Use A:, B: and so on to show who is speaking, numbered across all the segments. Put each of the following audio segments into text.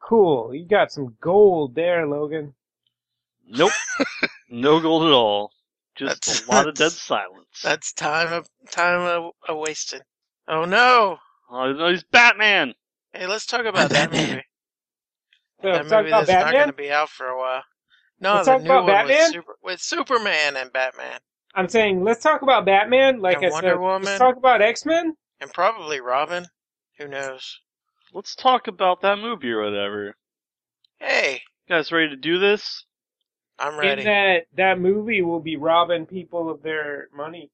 A: cool. You got some gold there, Logan.
B: Nope. no gold at all. Just
C: That's-
B: a lot of dead
C: that's-
B: silence.
C: That's time of time of a wasted. Oh no!
B: Oh, no, he's Batman!
C: Hey, let's talk about that movie.
A: So,
C: That
A: talk about
C: movie that's not
A: Batman.
C: going to be out for a while. No,
A: Let's
C: the
A: talk
C: new
A: about
C: one
A: Batman?
C: with, Super, with Superman and Batman,
A: I'm saying let's talk about Batman. Like
C: And
A: I
C: Wonder
A: said,
C: Woman.
A: let's talk about X Men.
C: and probably Robin. Who knows?
B: Let's talk about that movie or whatever.
C: Hey,
B: You guys ready to do this?
C: I'm
A: In
C: ready.
A: that that movie will be robbing people of their money.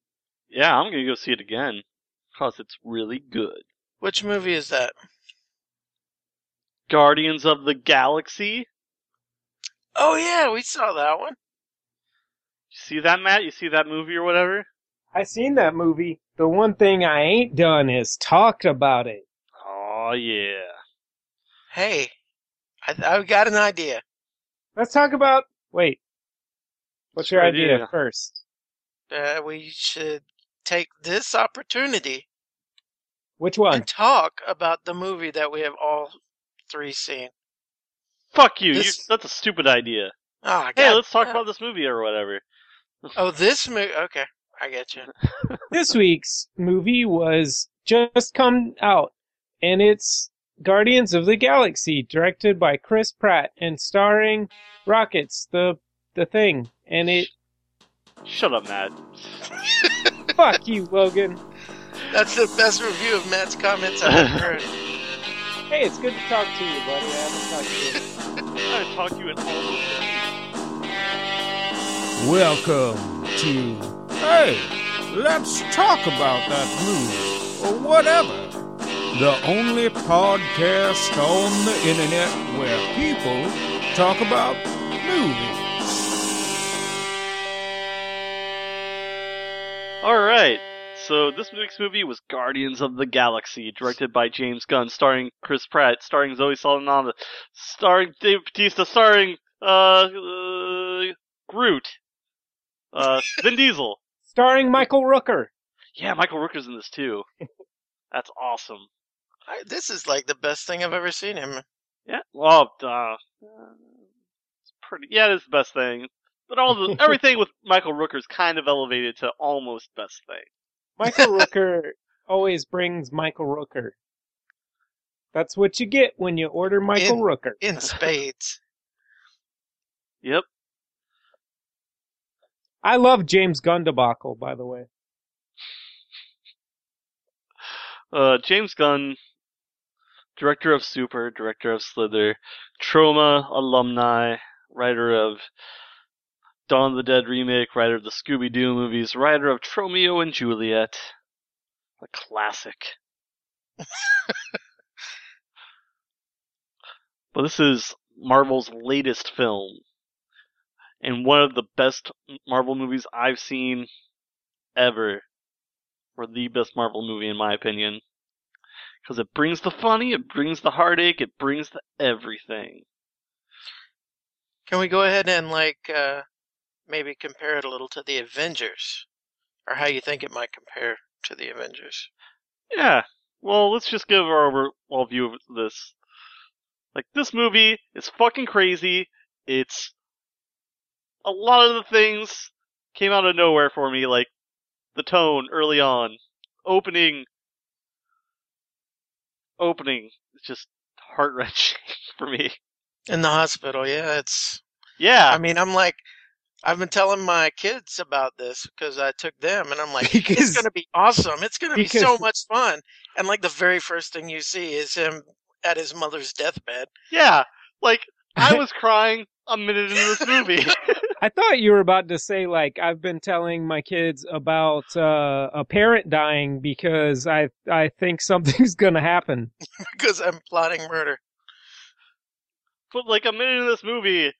B: Yeah, I'm gonna go see it again. Cause it's really good.
C: Which movie is that?
B: Guardians of the Galaxy? You
C: Oh yeah, we saw that one.
B: see that, Matt? You see that movie or whatever?
A: I seen that movie. The one thing I ain't done is talked about it.
B: Oh yeah.
C: Hey, I, I got an idea.
A: Let's talk about. Wait. What's your
B: Sure
A: idea
B: do.
A: first?
C: Uh, we should take this opportunity
A: Which one?
C: and talk about the movie that we have all three seen.
B: Fuck you.
C: This-
B: you that's a stupid idea.
C: Ah,
B: Hey,
C: God.
B: let's talk about this movie or whatever.
C: Oh, this movie. Okay, I get you.
A: this week's movie was just come out, and it's Guardians of the Galaxy, directed by Chris Pratt and starring Rockets, the the thing. And it
B: Shut up, Matt.
A: fuck you, Logan.
C: That's the best review of Matt's comments I've heard.
A: Hey, it's good to talk to you, buddy. I haven't talked to you.
B: I'm gonna talk to you in all
D: Welcome to Hey, let's talk about that movie or whatever. The only podcast on the internet where people talk about movies.
B: Alright. So this week's movie was Guardians of the Galaxy, directed by James Gunn, starring Chris Pratt, starring Zoe Saldana, starring Dave Bautista, starring uh, uh Groot. Uh Vin Diesel.
A: Starring Michael Rooker.
B: Yeah, Michael Rooker's in this too. That's awesome.
C: I, this is like the best thing I've ever seen him.
B: Yeah. Well, uh, it's pretty. Yeah, it's the best thing. But all the everything with Michael Rooker's kind of elevated to almost best thing.
A: Michael Rooker always brings Michael Rooker. That's what you get when you order Michael
C: In-
A: Rooker.
C: in spades.
B: Yep.
A: I love James Gunn debacle, by the way.
B: Uh, James Gunn, director of Super, director of Slither, Trauma alumni, writer of Dawn of the Dead remake, writer of the Scooby Doo movies, writer of Tromeo and Juliet, a classic. but this is Marvel's latest film, and one of the best Marvel movies I've seen ever or the best Marvel movie in my opinion. Because it brings the funny, it brings the heartache, it brings the everything.
C: Can we go ahead and like uh, maybe compare it a little to the Avengers, or how you think it might compare to the Avengers?
B: Yeah. Well, let's just give our overall view of this. Like, this movie is fucking crazy. It's. A lot of the things came out of nowhere for me, like the tone early on, opening. Opening. It's just heart wrenching for me.
C: In the hospital, yeah. It's.
A: Ah.
B: Yeah.
C: I mean, I'm like, I've been telling my kids about this because I took them, and I'm like,
A: Because-
C: it's gonna be awesome. It's gonna be so
A: because-
C: much fun. And like the very first thing you see is him at his mother's deathbed.
B: Yeah, like I was crying a minute into this movie.
A: I thought you were about to say like I've been telling my kids about uh, a parent dying because I I think something's gonna happen.
C: because I'm plotting murder.
B: but like a minute into this movie,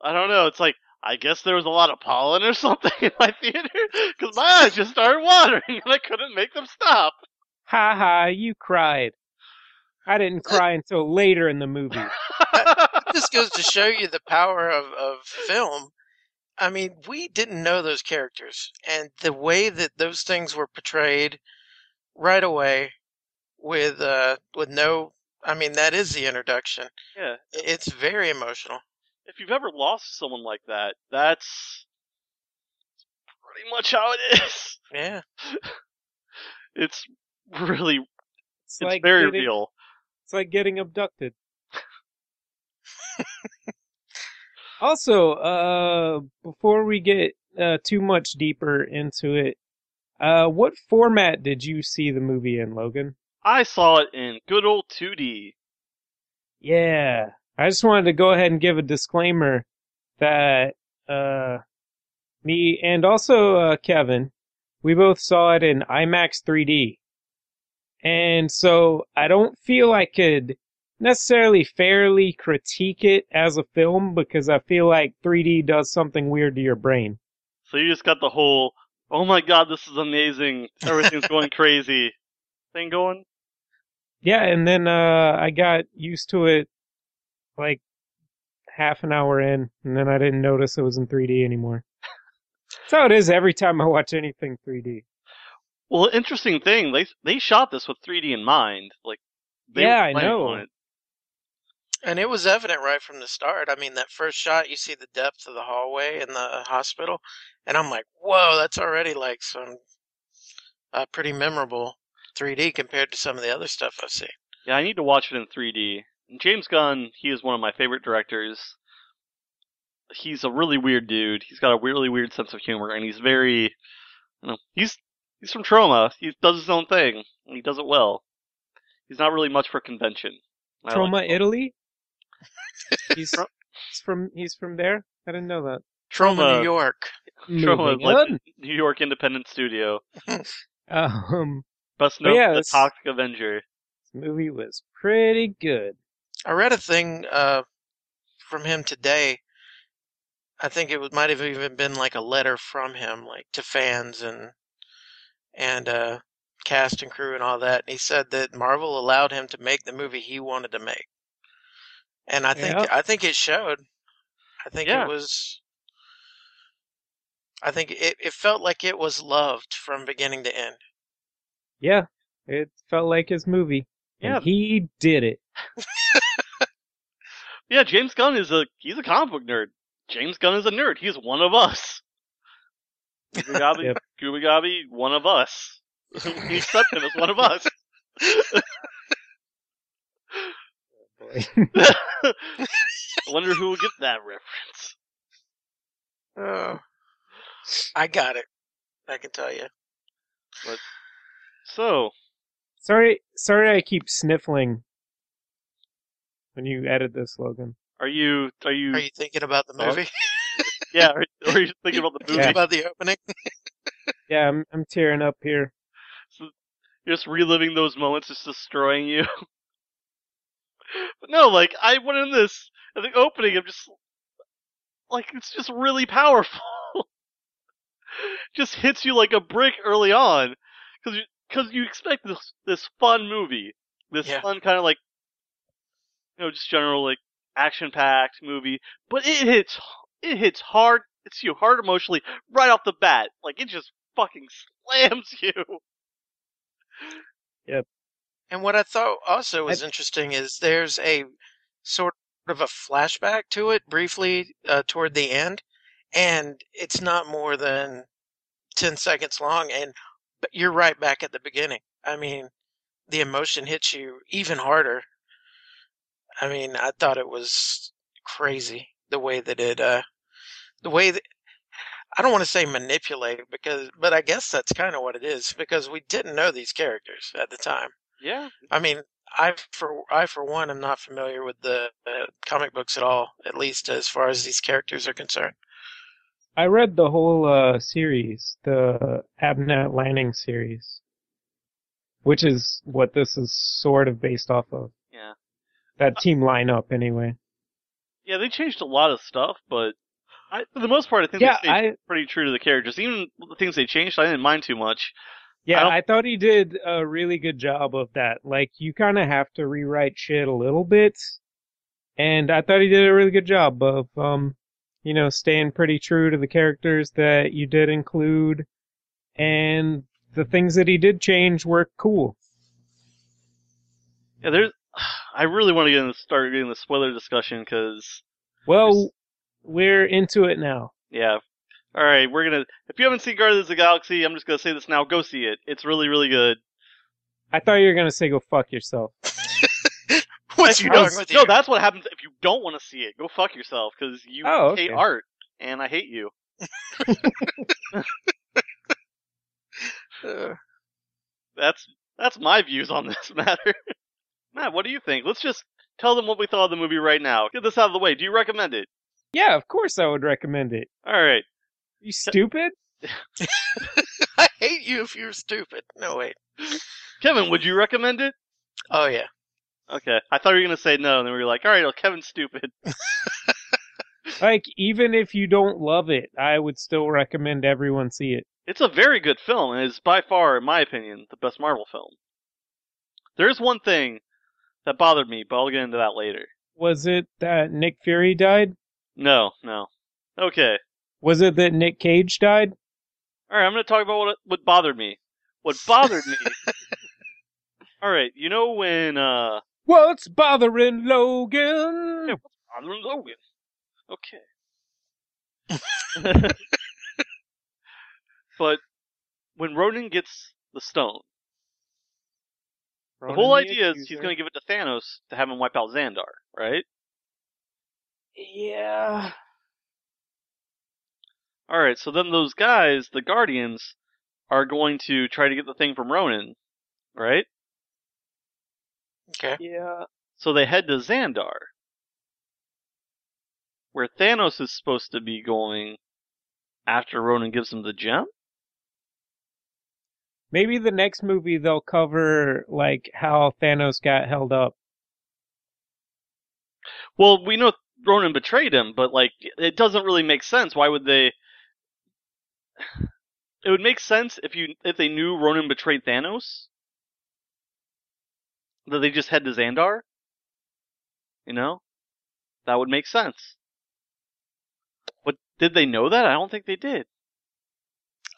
B: I don't know. It's like I guess there was a lot of pollen or something in my theater because my eyes just started watering and I couldn't make them stop.
A: Ha ha! You cried. I didn't cry until later in the movie.
C: This goes to show you the power of, of film. I mean, we didn't know those characters, and the way that those things were portrayed right away, with uh, with no I mean, that is the introduction.
B: Yeah.
C: I- It's very emotional.
B: If you've ever lost someone like that, that's pretty much how it is.
C: Yeah.
B: It's really, it's,
A: It's, like
B: very
A: getting,
B: real.
A: It's like getting abducted. also, uh, before we get uh, too much deeper into it, uh, what format did you see the movie in, Logan?
B: I saw it in good old 2D.
A: Yeah. I just wanted to go ahead and give a disclaimer that uh, me and also uh, Kevin, we both saw it in IMAX 3D. And so I don't feel I could necessarily fairly critique it as a film because I feel like 3D does something weird to your brain.
B: So you just got the whole, oh my god, this is amazing. Everything's going crazy thing going.
A: Yeah, and then uh, I got used to it like half an hour in, and then I didn't notice it was in 3D anymore. That's how it is every time I watch anything 3D.
B: Well, interesting thing, they they shot this with 3D in mind. Like, they
A: Yeah,
B: were
A: I
B: planning
A: know.
B: on it.
C: And it was evident right from the start. I mean, that first shot, you see the depth of the hallway in the hospital, and I'm like, whoa, that's already like some uh, pretty memorable 3D compared to some of the other stuff I've seen.
B: Yeah, I need to watch it in 3D. James Gunn, he is one of my favorite directors. He's a really weird dude. He's got a really weird sense of humor, and he's very, you know, he's he's from Trauma. He does his own thing, and he does it well. He's not really much for convention. I like
A: Troma,
B: him.
A: Italy. He's, he's from he's from there. I didn't know that.
C: From
B: Trauma,
C: New York.
B: Trauma,
A: Moving
B: like
A: on.
B: New York Independent Studio,
A: Um,
B: best
A: But
B: known
A: yeah,
B: for the
A: it's-
B: Toxic Avenger.
A: this movie was pretty good.
C: I read a thing uh, from him today. I think it was, might have even been like a letter from him, like to fans and and uh, cast and crew and all that. And he said that Marvel allowed him to make the movie he wanted to make, and I think
A: Yeah.
C: I think it showed. I think
B: Yeah.
C: it was. I think it, it felt like it was loved from beginning to end.
A: Yeah, it felt like his movie.
B: Yeah.
A: and he did it.
B: Yeah, James Gunn is a he's a comic book nerd. James Gunn is a nerd. He's one of us. Gooby Gobby,
A: Yep.
B: Gooby Gobby, one of us. we accept him as one of us. I wonder who will get that reference.
C: Oh. I got it. I can tell you.
B: So,
A: Sorry, sorry, I keep sniffling when you edit this, Logan.
B: are you are you,
C: Are you thinking about the
B: Oh,
C: movie?
B: yeah? Are, you- are you thinking about the movie?
C: Thinking about the opening?
A: Yeah, I'm I'm tearing up here.
B: You're just reliving those moments, just destroying you. but no, like I went in this at the opening. I'm just like it's just really powerful. just hits you like a brick early on, because you, cause you expect this this fun movie, this
C: Yeah.
B: fun kind of like you know just general like action packed movie, but it hits it hits hard. It's you hard emotionally right off the bat. Like it just fucking slams you.
C: And what I thought also was interesting is there's a sort of a flashback to it briefly uh, toward the end, and it's not more than 10 seconds long, and but you're right back at the beginning. I mean, the emotion hits you even harder. I mean, I thought it was crazy the way that it, uh, the way that. I don't want to say manipulated because, but I guess that's kind of what it is because we didn't know these characters at the time.
B: Yeah.
C: I mean, I for I for one am not familiar with the uh, comic books at all, at least as far as these characters are concerned.
A: I read the whole uh, series, the Abnett Lanning series, which is what this is sort of based off of.
B: Yeah.
A: That team lineup, anyway.
B: Yeah, they changed a lot of stuff, but I, for the most part, I think
A: Yeah,
B: they stayed
A: I
B: pretty true to the characters. Even the things they changed, I didn't mind too much. I
A: yeah,
B: don't-
A: I, thought he did a really good job of that. Like, you kind of have to rewrite shit a little bit, and I thought he did a really good job of, um, you know, staying pretty true to the characters that you did include, and the things that he did change were cool.
B: Yeah, there's I really want to get in the, start getting the spoiler discussion because
A: Well, we're into it now.
B: yeah. All right, we're gonna. If you haven't seen Guardians of the Galaxy, I'm just gonna say this now. Go see it. It's really, really good.
A: I thought you were gonna say go fuck yourself.
C: What's you doing
B: That's-
C: with
B: no,
C: you?
B: that's what happens if you don't want to see it. Go fuck yourself because you
A: Oh, okay.
B: hate art, and I hate you.
C: Uh,
B: That's that's my views on this matter. Matt, what do you think? Let's just tell them what we thought of the movie right now. Get this out of the way. Do you recommend it?
A: Yeah, of course I would recommend it.
B: All right.
A: You stupid?
C: I hate you if you're stupid. No wait.
B: Kevin, would you recommend it?
C: Oh yeah.
B: Okay. I thought you were going to say no, and then we were like, all right, well, Kevin's stupid.
A: Like even if you don't love it, I would still recommend everyone see it.
B: It's a very good film, and it's by far, in my opinion, the best Marvel film. There is one thing that bothered me, but I'll get into that later.
A: Was it that Nick Fury died?
B: No, no. Okay.
A: Was it that Nick Cage died?
B: All right, I'm going to talk about what, what bothered me. What bothered me. all right, you know when uh,
A: What's bothering Logan?
B: Yeah. Father Logan. Okay. but when Ronan gets the stone, the whole idea is he's going to give it to Thanos to have him wipe out Xandar, right?
A: Yeah.
B: All right, so then those guys, the Guardians, are going to try to get the thing from Ronan, right?
C: Okay.
A: Yeah.
B: So they head to Xandar, where Thanos is supposed to be going after Ronan gives him the gem.
A: Maybe the next movie they'll cover like how Thanos got held up.
B: Well, we know Ronan betrayed him, but like it doesn't really make sense. Why would they? It would make sense if you if they knew Ronan betrayed Thanos, that they just head to Xandar. You know, that would make sense. But did they know that? I don't think they did.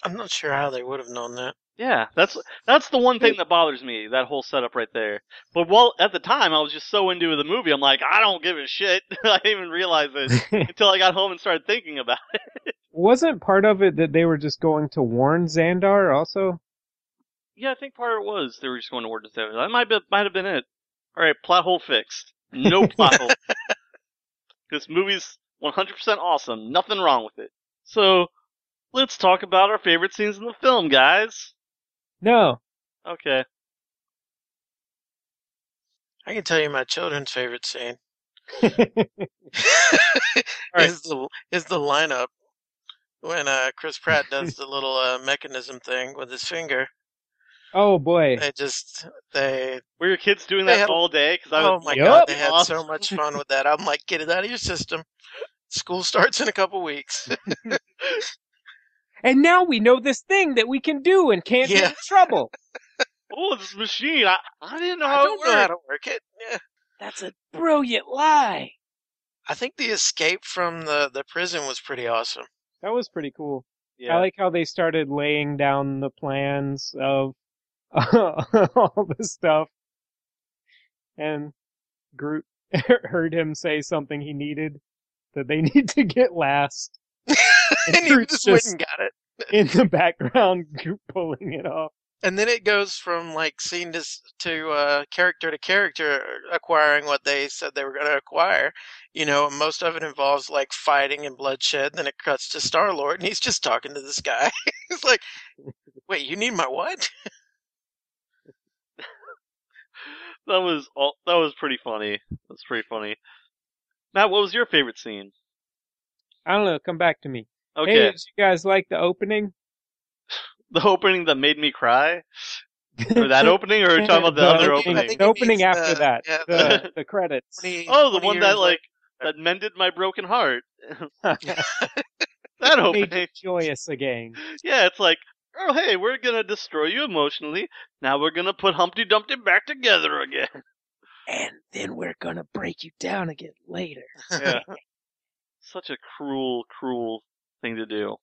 C: I'm not sure how they would have known that.
B: Yeah, that's that's the one thing that bothers me. That whole setup right there. But while at the time I was just so into the movie, I'm like, I don't give a shit. I didn't even realize it until I got home and started thinking about it.
A: Wasn't part of it that they were just going to warn Xandar also?
B: Yeah, I think part of it was they were just going to Word Seven. That might be, might have been it. All right, plot hole fixed. No plot hole. This movie's 100% awesome. Nothing wrong with it. So let's talk about our favorite scenes in the film, guys.
A: No.
B: Okay.
C: I can tell you my children's favorite scene
B: right.
C: is the is the lineup when uh, Chris Pratt does the little uh, mechanism thing with his finger.
A: oh boy.
C: They just they
B: Were your kids doing
C: They
B: that
C: had-
B: all day? Because I
C: oh
B: was
C: my
A: Yup.
C: god, they had so
B: Awesome.
C: much fun with that. I'm like, get it out of your system. School starts in a couple weeks.
A: And now we know this thing that we can do and can't
C: Yeah.
A: get in trouble.
B: oh, this machine. I, I didn't know
C: I
B: how it
C: don't know how
B: worked.
C: to work it. Yeah.
A: That's a brilliant lie.
C: I think the escape from the, the prison was pretty awesome.
A: That was pretty cool. I
B: Yeah.
A: like how they started laying down the plans of all the stuff. And Groot heard him say something he needed that they need to get last
C: and you
A: Groot's
C: just went
A: just-
C: and got it.
A: in the background, Groot pulling it off.
C: And then it goes from like scene to s- to uh, character to character acquiring what they said they were going to acquire. You know, and most of it involves like fighting and bloodshed. Then it cuts to Star Lord, and he's just talking to this guy. He's like, "Wait, you need my what?"
B: That was all. That was pretty funny. That's pretty funny. Matt, what was your favorite scene?
A: I don't know, come back to me.
B: Okay,
A: Hey, did you guys like the opening?
B: the opening that made me cry, or that opening, or are you talking about the,
A: The
B: other
A: opening-
B: opening?
A: The opening
C: means
A: after
C: the-
A: that.
C: uh, yeah,
A: The, the credits.
C: 20
B: Oh, the
C: 20
B: one
C: years
B: that like
C: later.
B: that mended my broken heart.
A: Made
B: That
A: you
B: opening.
A: joyous again.
B: Yeah, it's like, oh hey, we're gonna destroy you emotionally. Now we're gonna put Humpty Dumpty back together again.
A: And then we're gonna break you down again later.
B: Yeah. Such a cruel, cruel thing to do.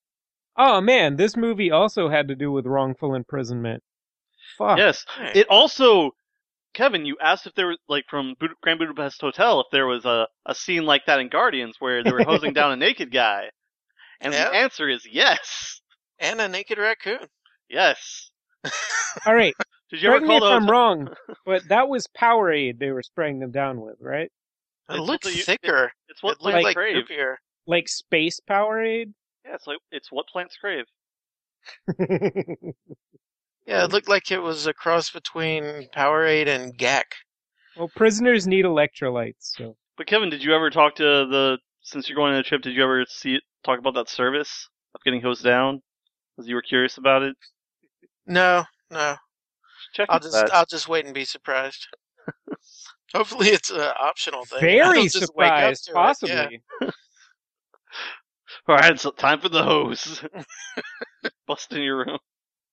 A: Oh man, this movie also had to do with wrongful imprisonment. Fuck.
B: Yes,
C: Alright.
B: it also Kevin, you asked if there was like from Bud- Grand Budapest Hotel if there was a, a scene like that in Guardians where they were hosing down a naked guy, and
C: Yeah.
B: the answer is yes,
C: and a naked raccoon.
B: yes.
A: All right,
B: Did you
A: correct
B: ever
A: me
B: call
A: if
B: those?
A: I'm wrong, but that that was Powerade they were spraying them down with, right?
C: It
B: It's
C: looked
B: what they-
C: thicker.
B: It's what
C: it looked
B: plants
C: like
B: crave.
C: goopier.
A: Like space Powerade.
B: Yeah, it's like it's what plants crave.
C: Yeah, it looked like it was a cross between Powerade and Gak.
A: well, prisoners need electrolytes, so
B: But Kevin, did you ever talk to the since you're going on a trip? Did you ever see it, talk about that service of getting hosed down? Because you were curious about it.
C: No, no.
B: Check
C: I'll
B: into
C: just
B: that.
C: I'll just wait and be surprised. Hopefully, it's an optional thing. I
A: very
C: don't just wake up
A: surprised,
C: to it,
A: possibly.
C: yeah.
B: All right, so time for the hose. Bust in your room.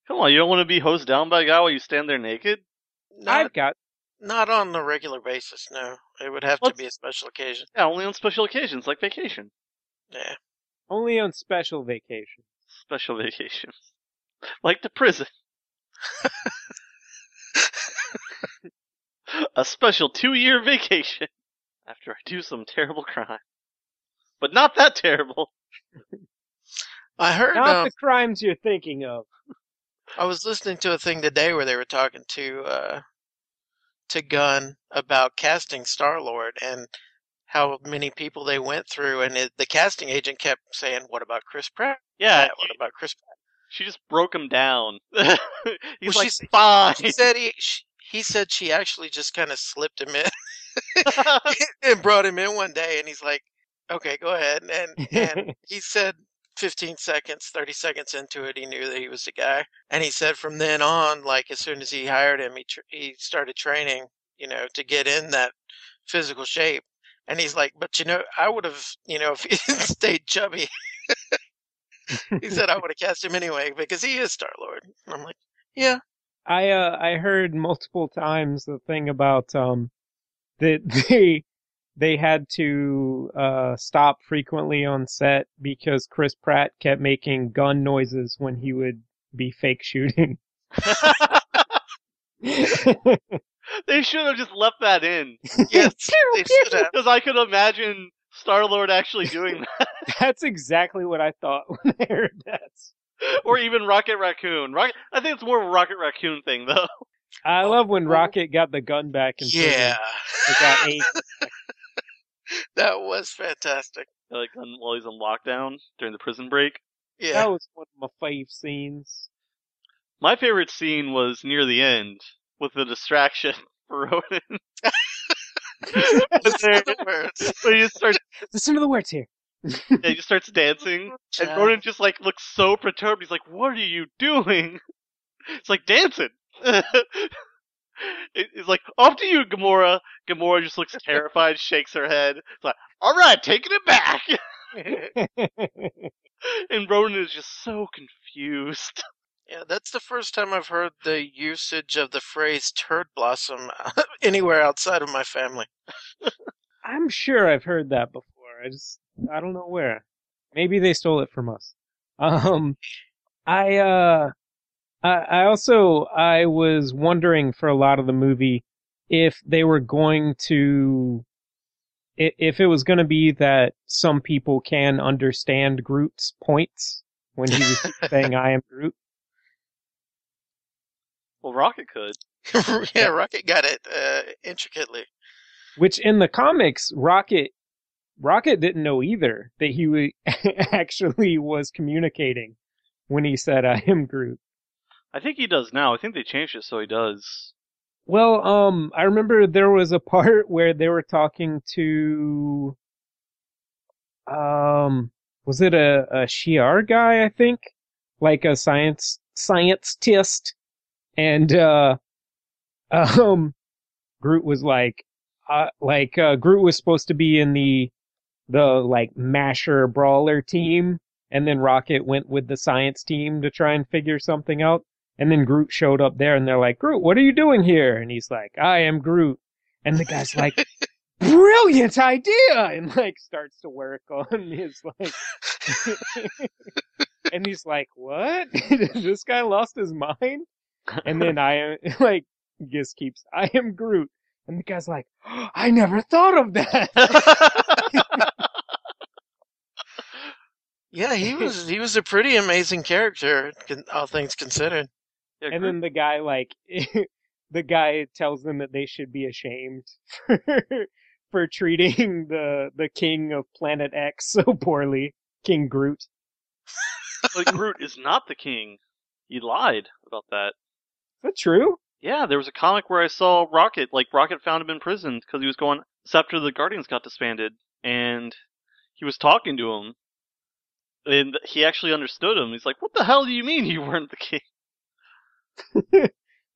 B: Come on, you don't want to be hosed down by a guy while you stand there naked.
C: Not,
A: I've got
C: not on a regular basis. No, it would have
B: Let's-
C: to be a special occasion.
B: Yeah, only on special occasions like vacation.
C: Yeah.
A: only on special vacation.
B: Special vacations, like the prison. a special two-year vacation after I do some terrible crime, but not that terrible.
C: I heard.
A: Not
C: Um,
A: the crimes you're thinking of.
C: I was listening to a thing today where they were talking to uh, to Gunn about casting Star Lord and how many people they went through, and it, the casting agent kept saying, "What about Chris Pratt?
B: Yeah,
C: What
B: you-
C: about Chris Pratt?"
B: she just broke him down. He's like,
C: Well, she's-
B: fine.
C: He said he she, he said she actually just kind of slipped him in and brought him in one day, and he's like, "Okay, go ahead." And and he said 15 seconds 30 seconds into it he knew that he was the guy and he said from then on like as soon as he hired him he tr- he started training you know to get in that physical shape and he's like but you know i would have you know if he had stayed chubby he said i would have cast him anyway because he is star lord i'm like yeah
A: I uh, I heard multiple times the thing about um that they they had to uh stop frequently on set because Chris Pratt kept making gun noises when he would be fake shooting.
B: they should have just left that in.
C: yes they should have.
B: Because I could imagine Star Lord actually doing
A: That's exactly what I thought when I heard that.
B: that. Or even Rocket Raccoon. Rocket, I think it's more of a Rocket Raccoon thing, though.
A: I love when Rocket got the gun back and
C: Oh, yeah
A: it got eight.
C: that was fantastic
B: Like on, while he's on lockdown during the prison break.
C: yeah
A: That was one of my fave scenes.
B: My favorite scene was near the end with the distraction for Ronan.
C: That's the words.
B: When he just starts,
A: Listen to the words here.
B: yeah, he just starts dancing, and Ronan just like looks so perturbed. He's like, "What are you doing?" It's like dancing. It- It's like off to you, Gamora. Gamora just looks terrified, shakes her head. It's like, "All right, taking it back." and Ronan is just so confused.
C: Yeah, that's the first time I've heard the usage of the phrase turd blossom anywhere outside of my family.
A: I'm sure I've heard that before. I just I don't know where. Maybe they stole it from us. Um, I uh, I, I also I was wondering for a lot of the movie if they were going to i- if it was going to be that some people can understand Groot's points when he was saying I am Groot.
B: Well, Rocket could.
C: yeah, Rocket got it uh, intricately.
A: which in the comics rocket rocket didn't know either that he wa- actually was communicating when he said i am groot
B: I think he does now. I think they changed it so he does.
A: well um i remember there was a part where they were talking to um was it a, a shiar guy i think like a science science test and uh um groot was like uh like uh groot was supposed to be in the the like masher brawler team and then rocket went with the science team to try and figure something out and then groot showed up there and they're like groot what are you doing here and he's like i am groot and the guy's like brilliant idea and like starts to work on his like and he's like, "What? This guy lost his mind?" And then I like Gis keeps, I am Groot. And the guy's like, I never thought of that.
C: Yeah, he was he was a pretty amazing character, con- all things considered.
B: Yeah,
A: and
B: Groot-
A: then the guy, like, the guy tells them that they should be ashamed for, for treating the, the king of planet X so poorly. King Groot.
B: like, Groot is not the king. He lied about that.
A: Is that true?
B: Yeah, there was a comic where I saw Rocket. Like Rocket found him in prison because he was going it's after the Guardians got disbanded, and he was talking to him, and he actually understood him. He's like, "What the hell do you mean you weren't the king?"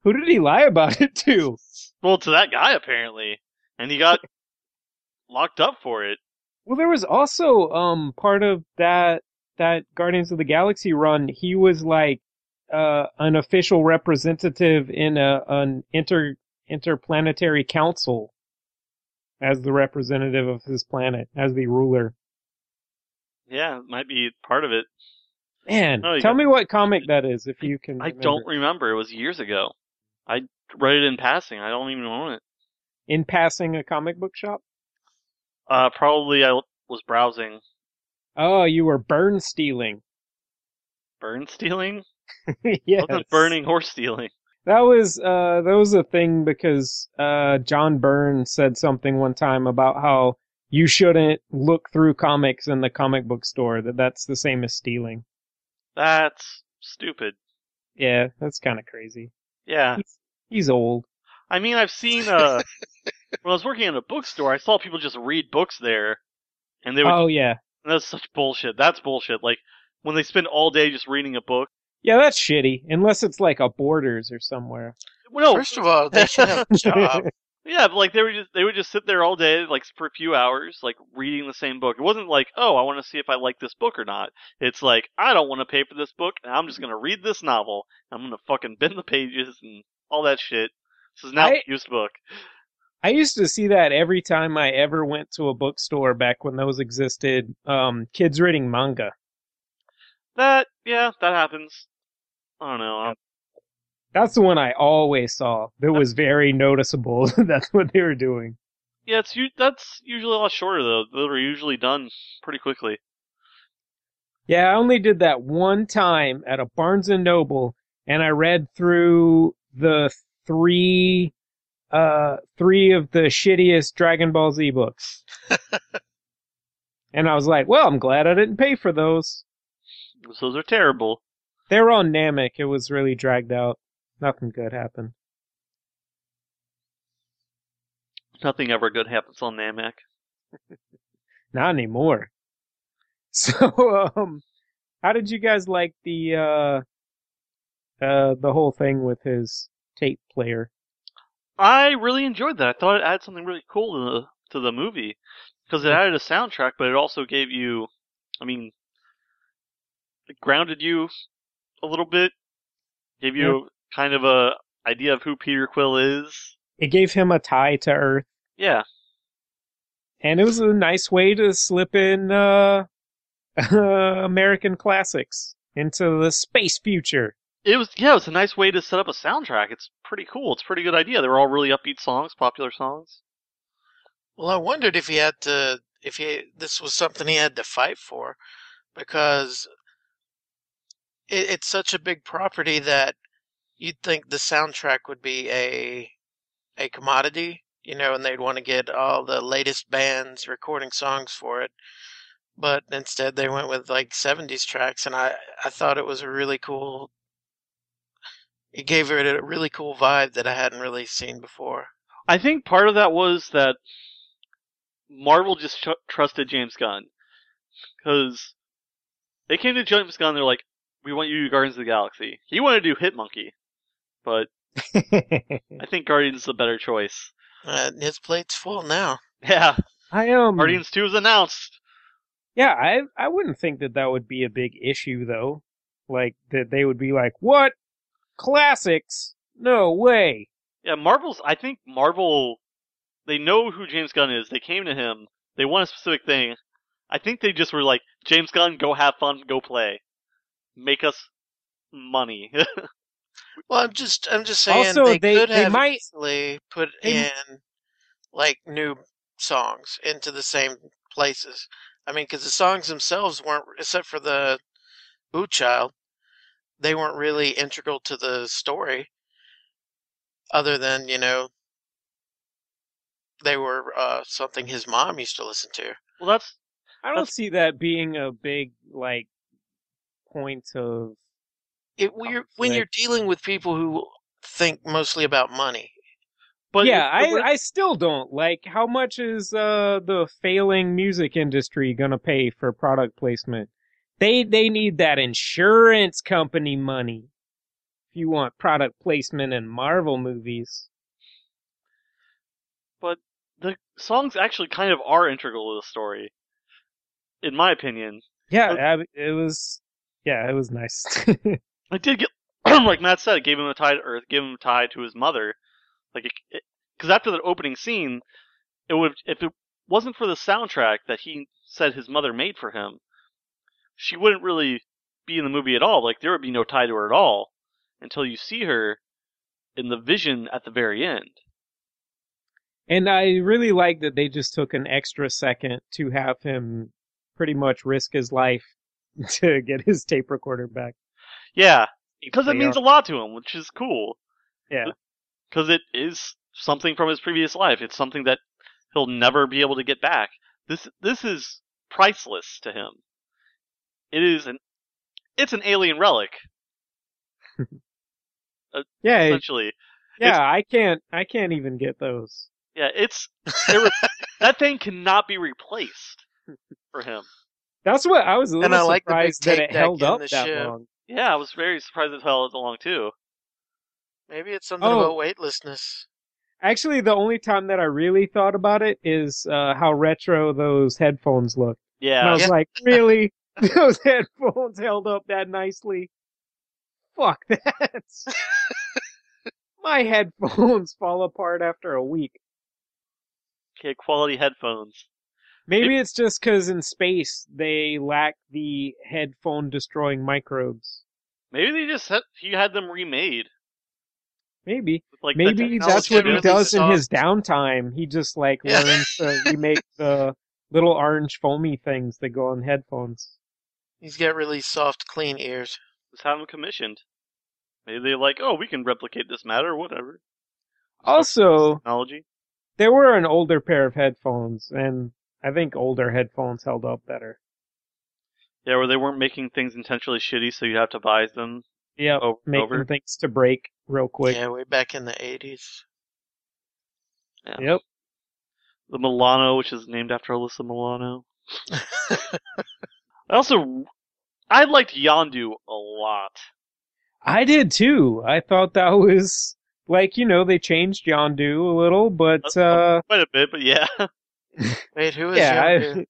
A: Who did he lie about it to?
B: Well, to that guy apparently, and he got locked up for it.
A: Well, there was also um part of that that Guardians of the Galaxy run. He was like uh, an official representative in a an inter interplanetary council as the representative of his planet, as the ruler.
B: Yeah, it might be part of it.
A: Man,
B: Oh, you
A: tell
B: got-
A: me what comic that is, if you can.
B: I
A: remember.
B: don't remember. It was years ago. I read it in passing. I don't even own it.
A: In passing a comic book shop.
B: Uh, probably I l- was browsing.
A: Oh, you were burn stealing.
B: Burn stealing?
A: yes.
B: Wasn't burning horse stealing.
A: That was uh, that was a thing because uh, John Byrne said something one time about how you shouldn't look through comics in the comic book store. That that's the same as stealing.
B: That's stupid.
A: Yeah, that's kind of crazy.
B: Yeah.
A: He's old.
B: I mean, I've seen, uh, when I was working in a bookstore, I saw people just read books there, and they would,
A: Oh yeah,
B: that's such bullshit. That's bullshit. Like, when they spend all day just reading a book.
A: yeah, that's shitty. Unless it's like a Borders or somewhere.
B: Well, no,
C: First of all, they should have a job.
B: yeah, but like, they would just, they would just sit there all day, like, for a few hours, like, reading the same book. It wasn't like, oh, I want to see if I like this book or not. It's like, I don't want to pay for this book, and I'm just gonna read this novel. I'm gonna fucking bend the pages and all that shit. This is not
A: I-
B: a used book.
A: I used to see that every time I ever went to a bookstore back when those existed. Um, kids reading manga.
B: That yeah, that happens. I don't know. I'm-
A: That's the one I always saw. That was very noticeable. that's what they were doing.
B: Yeah, it's u- that's usually a lot shorter though. They're usually done pretty quickly.
A: Yeah, I only did that one time at a Barnes and Noble, and I read through the three, uh, three of the shittiest Dragon Ball Z books. and I was like, well, I'm glad I didn't pay for those.
B: So those are terrible.
A: They were on Namek. It was really dragged out. Nothing good happened.
B: Nothing ever good happens on Namek.
A: Not anymore. So, um, how did you guys like the, uh, uh, the whole thing with his tape player?
B: I really enjoyed that. I thought it added something really cool to the to the movie because it added a soundtrack, but it also gave you, I mean, it grounded you a little bit, gave you kind of a idea of who Peter Quill is.
A: It gave him a tie to Earth.
B: Yeah,
A: and it was a nice way to slip in uh, American classics into the space future.
B: It was yeah, it was a nice way to set up a soundtrack. It's pretty cool. It's a pretty good idea. They were all really upbeat songs, popular songs.
C: Well, I wondered if he had to, if he this was something he had to fight for, because it, it's such a big property that you'd think the soundtrack would be a a commodity, you know, and they'd want to get all the latest bands recording songs for it. But instead, they went with like '70s tracks, and I I thought it was a really cool. It gave it a really cool vibe that I hadn't really seen before.
B: I think part of that was that Marvel just tr- trusted James Gunn because they came to James Gunn. They're like, "We want you to do Guardians of the Galaxy." He wanted to do Hitmonkey, but I think Guardians is a better choice.
C: Uh, his plate's full now.
B: Yeah,
A: I um,
B: Guardians Two is announced.
A: yeah, I I wouldn't think that that would be a big issue though. Like that they would be like, what classics? No way.
B: Yeah, Marvel's. I think Marvel. They know who James Gunn is. They came to him. They want a specific thing. I think they just were like, James Gunn, go have fun, go play, make us money.
C: Well, I'm just I'm just saying
A: Also,
C: they,
A: they-
C: could
A: they
C: have
A: might-
C: easily put
A: they-
C: in like new songs into the same places. I mean, because the songs themselves weren't, except for the Boo Child, they weren't really integral to the story. Other than you know, they were uh, something his mom used to listen to.
B: Well, that's
A: I don't see that being a big like point of
C: It when you're, when you're dealing with people who think mostly about money,
B: but
A: yeah,
B: it-
A: I,
B: it would-
A: I still don't like how much is uh, the failing music industry gonna pay for product placement? They they need that insurance company money if you want product placement in Marvel movies.
B: the songs actually kind of are integral to the story, in my opinion.
A: Yeah,
B: Uh,
A: I- it was yeah, it was nice.
B: I did get, like Matt said, it gave him a tie to Earth, gave him a tie to his mother, like because after the opening scene, it would if it wasn't for the soundtrack that he said his mother made for him, she wouldn't really be in the movie at all. Like there would be no tie to her at all until you see her in the vision at the very end.
A: and I really like that they just took an extra second to have him pretty much risk his life to get his tape recorder back.
B: Yeah, because it
A: They
B: means
A: are-
B: a lot to him, which is cool.
A: Yeah.
B: because it is something from his previous life. It's something that he'll never be able to get back. This this is priceless to him. It is an it's an alien relic
A: Yeah, it-
B: essentially.
A: yeah, I can't I can't even get those.
B: Yeah, it's it was, that thing cannot be replaced for him.
A: That's what I was a little
C: I like the big
A: surprised that
C: tape
A: it
C: deck
A: held
C: in
A: up
C: the
A: that
C: ship.
A: long.
B: Yeah, I was very surprised it held along too.
C: maybe it's something
A: Oh.
C: about weightlessness.
A: Actually, the only time that I really thought about it is uh, how retro those headphones look. And I
B: Yeah,
A: was like, really? those headphones held up that nicely? Fuck that. My headphones fall apart after a week.
B: okay, quality headphones.
A: Maybe it's just because in space they lack the headphone destroying microbes.
B: Maybe they just had, he had them remade.
A: Maybe.
B: with, Like the
A: Maybe
B: technology
A: that's what he
C: really
B: available.
A: does in
C: sucks.
A: his downtime. He just like
C: Yeah.
A: learns to remake the little orange foamy things that go on headphones.
C: He's got really soft, clean ears.
B: Just have them commissioned. Maybe they're like, oh, we can replicate this matter, whatever.
A: Also,
B: Technology.
A: there were an older pair of headphones, and I think older headphones held up better.
B: Yeah, where they weren't making things intentionally shitty, so you have to buy them
A: Yeah,
B: over. over.
A: making things to break real quick.
C: Yeah, way back in the '80s.
A: Yep.
B: The Milano, which is named after Alyssa Milano. I also, I liked Yondu a lot.
A: I did too. I thought that was like you know they changed Yondu a little, but
B: Uh,
A: uh,
B: Quite a bit, but yeah.
C: Wait, who is
A: yeah,
C: Yondu?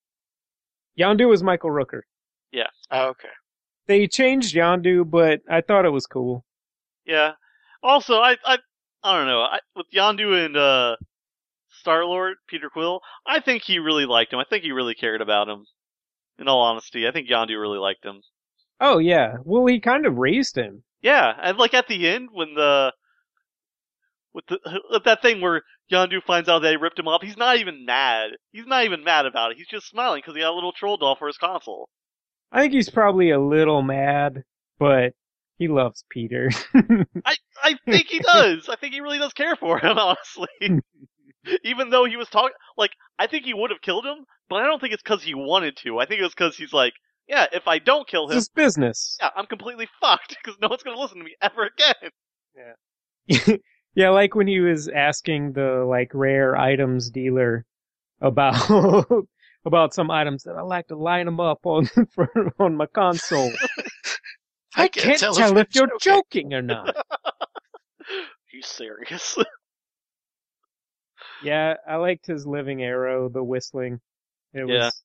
A: I, Yondu was Michael Rooker.
C: Oh, okay.
A: They changed Yondu, but I thought it was cool.
B: Yeah. Also, I, I, I don't know. I, with Yondu and uh, Star Lord, Peter Quill, I think he really liked him. I think he really cared about him. In all honesty, I think Yondu really liked him.
A: Oh yeah. Well, he kind of raised him.
B: Yeah, and like at the end when the with the with that thing where Yondu finds out they ripped him off, he's not even mad. He's not even mad about it. He's just smiling because he got a little troll doll for his console.
A: I think he's probably a little mad, but he loves Peter.
B: I I think he does. I think he really does care for him, honestly. even though he was talking like I think he would have killed him, but I don't think it's because he wanted to. I think it was because he's like, yeah, if I don't kill
A: It's
B: him,
A: his business.
B: yeah, I'm completely fucked because no one's gonna listen to me ever again.
A: yeah, like when he was asking the like rare items dealer about about some items that I like to line them up on for, on my console. I can't tell, if you're joking or not.
B: He's serious.
A: yeah, I liked his living arrow, the whistling. It
B: Yeah.
A: was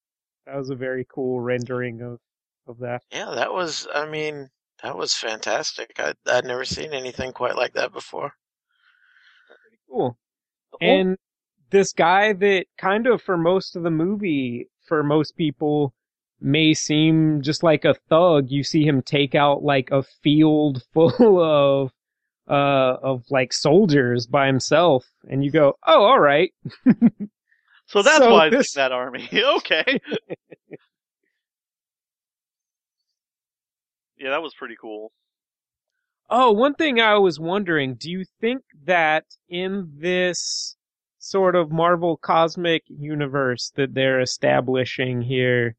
A: that was a very cool rendering of of that.
C: Yeah, that was. I mean, that was fantastic. I I'd never seen anything quite like that before.
A: Cool. And this guy that kind of for most of the movie, for most people, may seem just like a thug. You see him take out like a field full of uh, of like soldiers by himself, and you go, "Oh, all right."
B: So that's
A: So
B: why it's
A: this-
B: in that army. okay. yeah, that was pretty cool.
A: Oh, one thing I was wondering: Do you think that in this sort of Marvel cosmic universe that they're establishing here,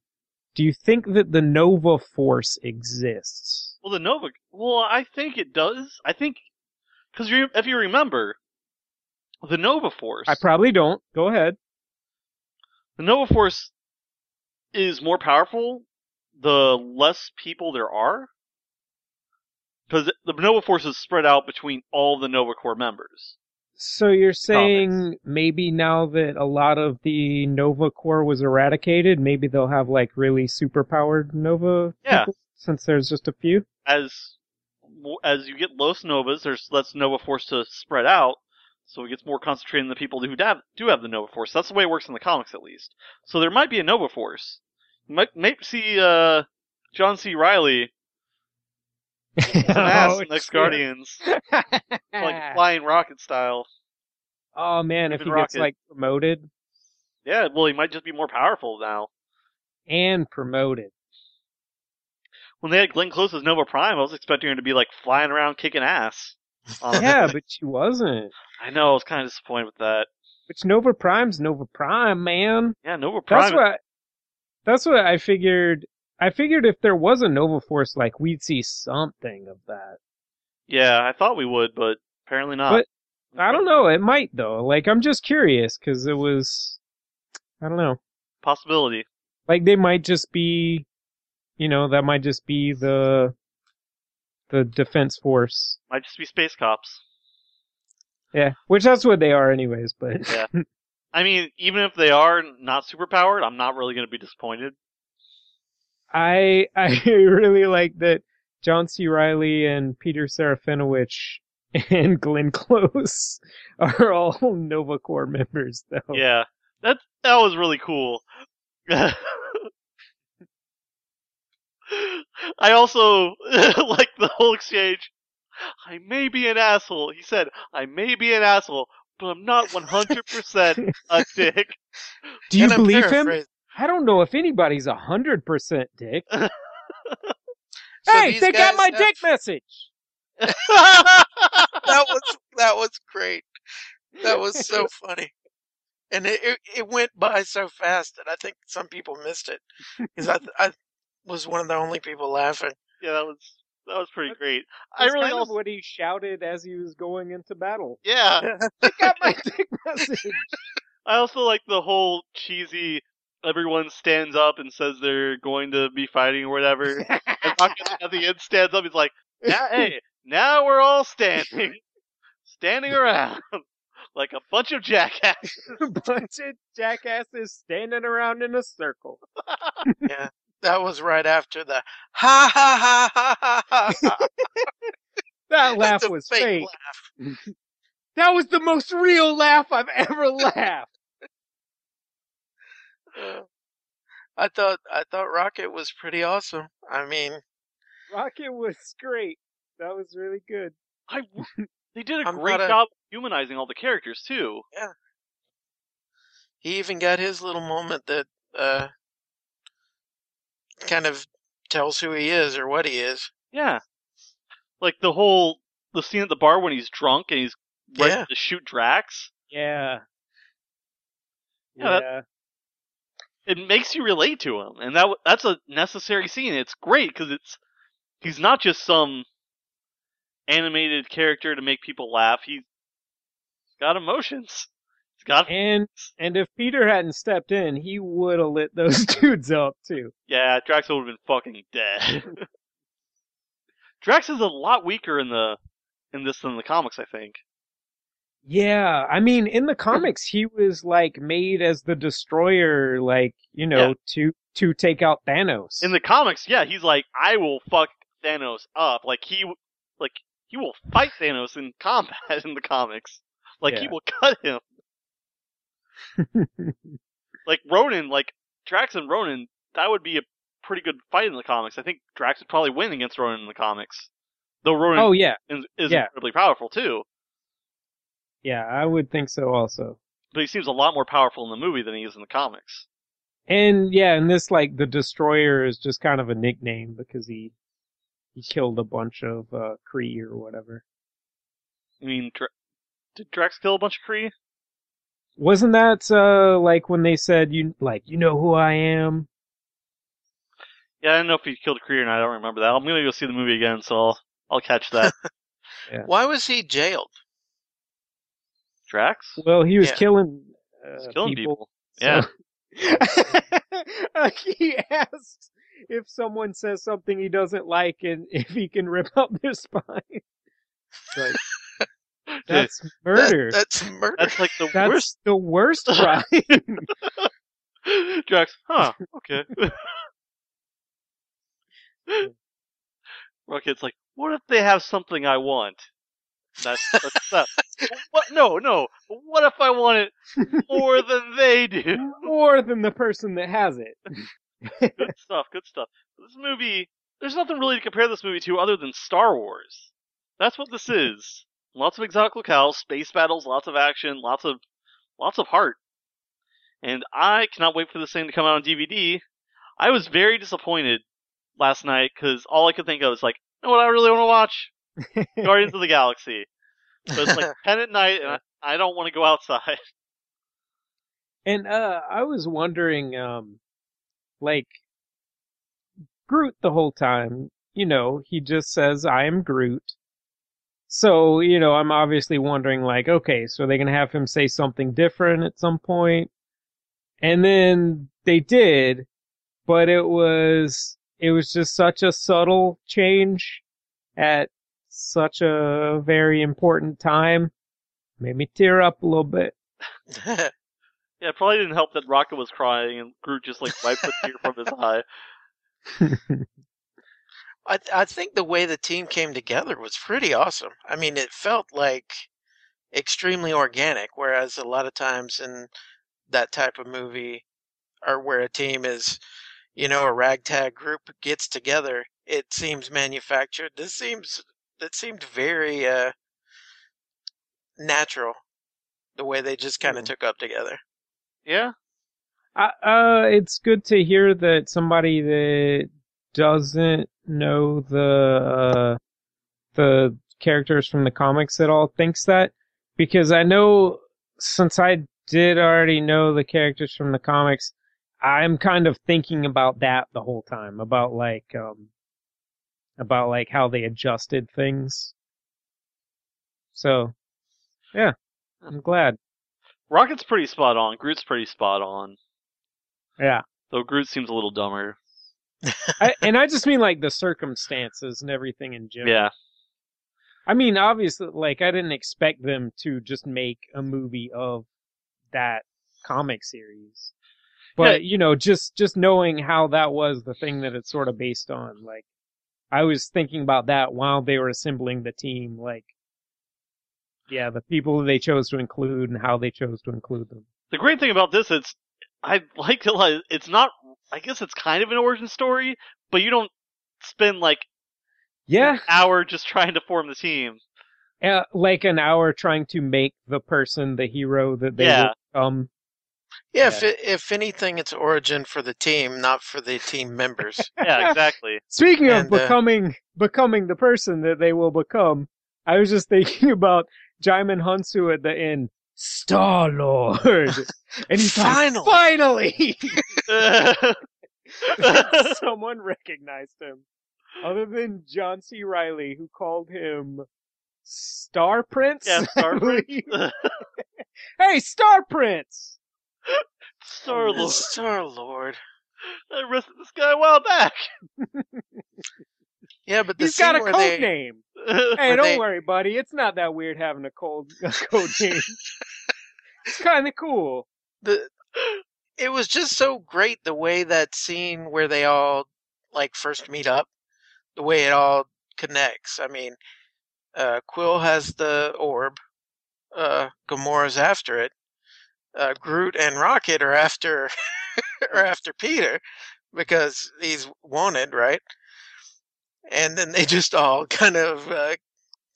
A: do you think that the Nova Force exists?
B: Well, the Nova. Well, I think it does. I think because if you remember, the Nova Force.
A: I probably don't. Go ahead.
B: the Nova Force is more powerful the less people there are. Because the Nova Force is spread out between all the Nova Corps members.
A: So you're saying maybe now that a lot of the Nova Corps was eradicated, maybe they'll have like really superpowered Nova
B: Yeah.
A: people, since there's just a few.
B: As as you get Los Novas, there's less Nova Force to spread out, so it gets more concentrated in the people who dab, do have the Nova Force. That's the way it works in the comics, at least. So there might be a Nova Force. You might, might see uh, John C. Riley an
A: Oh,
B: ass in Next Guardians,
A: Ah.
B: like flying rocket style.
A: oh man, if
B: Even
A: he gets
B: Rocket.
A: like promoted
B: Yeah, well, he might just be more powerful now.
A: and promoted.
B: When they had Glenn Close as Nova Prime, I was expecting her to be like flying around kicking ass. Honestly.
A: yeah, but she wasn't.
B: I know. I was kind of disappointed with that.
A: Which Nova Prime's Nova Prime, man.
B: Yeah, Nova Prime.
A: That's what. That's what I figured. I figured if there was a Nova Force, like we'd see something of that.
B: Yeah, I thought we would, but apparently not.
A: But I don't know. It might though. Like I'm just curious because it was. I don't know.
B: Possibility.
A: Like they might just be, you know, that might just be the, the defense force.
B: Might just be space cops.
A: Yeah, which that's what they are anyways. But
B: Yeah. I mean, even if they are not superpowered, I'm not really going to be disappointed.
A: I I really like that John C. Riley and Peter Serafinovich and Glenn Close are all Nova Corps members, though.
B: Yeah, that that was really cool. I also like the whole exchange. I may be an asshole. He said, "I may be an asshole, but I'm not 100 percent a dick."
A: Do you
C: And I'm
A: believe him?
C: paraphrasing.
A: I don't know if anybody's a hundred percent dick.
C: So
A: hey,
C: these
A: they got
C: guys
A: my
C: have-
A: dick message.
C: That was that was great. That was so funny, and it it, it went by so fast that I think some people missed it because I I was one of the only people laughing.
B: yeah, that was that was pretty great. I
A: That's
B: really
A: kind
B: also,
A: of what he shouted as he was going into battle.
B: yeah.
A: They got my dick message.
B: I also like the whole cheesy everyone stands up and says they're going to be fighting or whatever. and Rocket at the end stands up, he's like, now, hey, now we're all standing. Standing around like a bunch of jackasses.
A: bunch of jackasses standing around in a circle.
C: That was right after the ha ha ha ha ha ha.
A: That laugh
C: That's a
A: was fake.
C: laugh.
A: That was the most real laugh I've ever laughed.
C: Uh, I thought I thought Rocket was pretty awesome. I mean,
A: Rocket was great. That was really good.
B: I, they did a
C: I'm
B: great
C: gonna-
B: job humanizing all the characters, too.
C: he even got his little moment that uh, kind of tells who he is or what he is.
B: Yeah. Like the whole, the scene at the bar when he's drunk and he's ready
C: Yeah.
B: to shoot Drax.
A: Yeah.
B: Yeah, it makes you relate to him, and that w- that's a necessary scene. It's great because it's he's not just some animated character to make people laugh. He's got emotions. He's got
A: And and if Peter hadn't stepped in, he would have lit those dudes up too.
B: yeah. Drax would have been fucking dead. Drax is a lot weaker in the in this than the comics, I think.
A: Yeah, I mean, in
B: Hmm.
A: the comics, he was like made as the destroyer, like you know,
B: Yeah.
A: to to take out Thanos.
B: In the comics, yeah, he's like, I will fuck Thanos up. Like he, w- like he will fight Thanos in combat in the comics. Like he
A: Yeah.
B: will cut him. like Ronan, like Drax and Ronan, that would be a pretty good fight in the comics. I think Drax would probably win against Ronan in the comics. Though Ronan
A: Oh yeah,
B: is, is
A: yeah.
B: incredibly powerful too,
A: yeah, I would think so also.
B: but he seems a lot more powerful in the movie than he is in the comics.
A: And yeah, and this like the destroyer is just kind of a nickname because he he killed a bunch of uh Kree or whatever.
B: I mean, Dra- did Drax kill a bunch of Kree?
A: Wasn't that uh like when they said you like you know who I am?
B: Yeah, I don't know if he killed Kree or not. I don't remember that. I'm gonna go see the movie again, so I'll I'll catch that.
C: Why was he jailed?
B: Drax
A: Well, he was
C: Yeah.
A: killing uh,
B: He's killing
A: people.
B: people. Yeah.
A: Uh, he asks if someone says something he doesn't like and if he can rip out their spine. It's like, that's
C: That-
A: murder.
C: that's murder.
B: That's like the
A: that's
B: worst.
A: the worst crime.
B: Drax, huh? Okay. Rocket's like, what if they have something I want? That's, that's that. What? No, no. What if I want it more than they do?
A: More than the person that has it.
B: Good stuff. Good stuff. This movie, there's nothing really to compare this movie to other than Star Wars. That's what this is. Lots of exotic locales, space battles, lots of action, lots of, lots of heart. And I cannot wait for this thing to come out on DVD. I was very disappointed last night because all I could think of was like, you know what I really want to watch? Guardians of the Galaxy. But it's like 10 at night and I, I don't want to go outside.
A: And uh I was wondering um like Groot the whole time, you know, he just says I am Groot. So, you know, I'm obviously wondering like okay, so are they going to have him say something different at some point? And then they did, but it was it was just such a subtle change at such a very important time. Made me tear up a little bit.
B: Yeah, it probably didn't help that Rocket was crying and Groot just like wiped the tear from his eye.
C: I, th- I think the way the team came together was pretty awesome. I mean, it felt like extremely organic, whereas a lot of times in that type of movie, or where a team is, you know, a ragtag group gets together, it seems manufactured. This seems it seemed very uh, natural, the way they just kind of
B: Mm.
A: Mhm.
C: took up together.
B: Yeah,
A: I, uh, it's good to hear that somebody that doesn't know the uh, the characters from the comics at all thinks that because I know since I did already know the characters from the comics, I'm kind of thinking about that the whole time about like um about like how they adjusted things. So, yeah, I'm glad.
B: Rocket's pretty spot on. Groot's pretty spot on.
A: Yeah.
B: Though Groot seems a little dumber.
A: I, and I just mean like the circumstances and everything in general.
B: Yeah.
A: I mean, obviously, like I didn't expect them to just make a movie of that comic series, but you know, just just knowing how that was the thing that it's sort of based on. Like, I was thinking about that while they were assembling the team. Like, yeah, the people they chose to include and how they chose to include them.
B: The great thing about this, it's I like to like it's not. I guess it's kind of an origin story, but you don't spend like
A: Yeah,
B: an hour just trying to form the team.
A: uh, like an hour trying to make the person the hero that they
B: Yeah.
A: will become.
C: Yeah, If, it, if anything, it's origin for the team, not for the team members.
B: Yeah, exactly.
A: Speaking of
C: And, uh,
A: becoming becoming the person that they will become, I was just thinking about Jaimin Hunsu at the end. Star Lord, and he's like,
C: Finally.
A: finally,
B: yeah,
A: someone recognized him, other than John C. Riley, who called him Star Prince.
B: Star
A: hey, Star Prince.
B: Star Lord.
C: Star Lord.
B: I arrested this guy a while back.
C: Yeah, but the
A: He's
C: scene
A: got a
C: where
A: code
C: they,
A: name.
C: Were
A: Hey, don't
C: they-
A: worry, buddy. It's not that weird having a cold a code name. it's kind of cool.
C: the it was just so great the way that scene where they all like first meet up the way it all connects i mean uh quill has the orb uh gamora's after it uh groot and rocket are after are after peter because he's wanted right and then they just all kind of uh,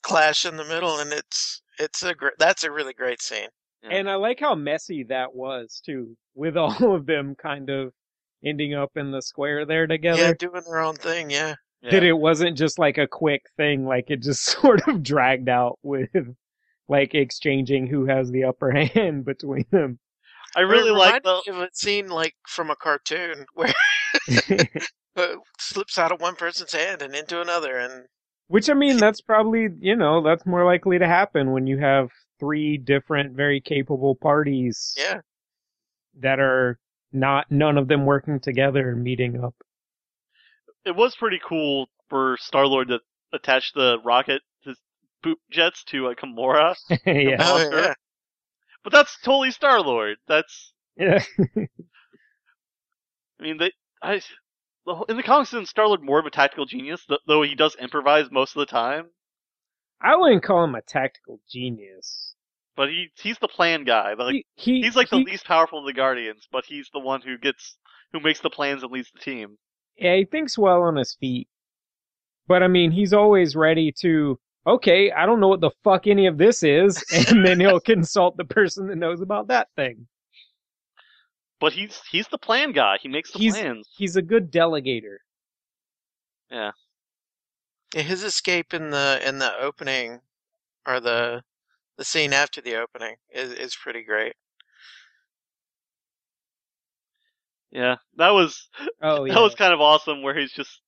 C: clash in the middle, and it's it's a gr- that's a really great scene.
A: And I like how messy that was too, with all of them kind of ending up in the square there together.
C: Yeah, doing their own thing. Yeah,
B: Yeah.
A: That it wasn't just like a quick thing, like it just sort of dragged out with like exchanging who has the upper hand between them.
B: I really
C: it
B: like the
C: reminded me of a scene like from a cartoon where it slips out of one person's hand and into another, and
A: Which I mean, that's probably, you know, that's more likely to happen when you have three different very capable parties
C: yeah,
A: that are not none of them working together and meeting up.
B: it was pretty cool for Star Lord to attach the rocket his poop jets to a Kimora,
A: yeah.
C: Oh,
B: Monster.
C: yeah.
B: but that's totally Star Lord. That's
A: yeah.
B: I mean they I the whole- in the comics isn't Star Lord more of a tactical genius th- though he does improvise most of the time,
A: I wouldn't call him a tactical genius.
B: but he he's the plan guy. Like
A: He- he-
B: he's like the
A: he-
B: least powerful of the Guardians, but he's the one who gets who makes the plans and leads the team.
A: Yeah, he thinks well on his feet. But I mean, he's always ready to, okay, I don't know what the fuck any of this is. And then he'll consult the person that knows about that thing.
B: But he's he's the plan guy. He makes the
A: He's-
B: plans.
A: He's a good delegator.
C: Yeah, his escape in the in the opening or the the scene after the opening is is pretty great.
B: Yeah, that was
A: Oh, yeah.
B: that was kind of awesome. Where he's just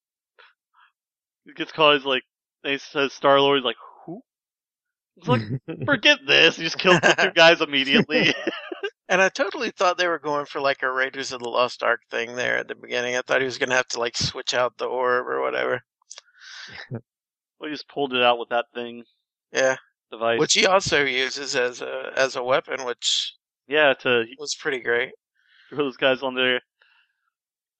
B: he gets caught. He's like, and he says Star Lord. He's like, who? He's like, forget this. He just kills the two guys immediately.
C: And I totally thought they were going for like a Raiders of the Lost Ark thing there at the beginning. I thought he was going to have to like switch out the orb or whatever.
B: well, he just pulled it out with that thing
C: Yeah,
B: device.
C: which he also uses as a as a weapon, which
B: yeah, to he
C: was pretty great.
B: threw those guys on there.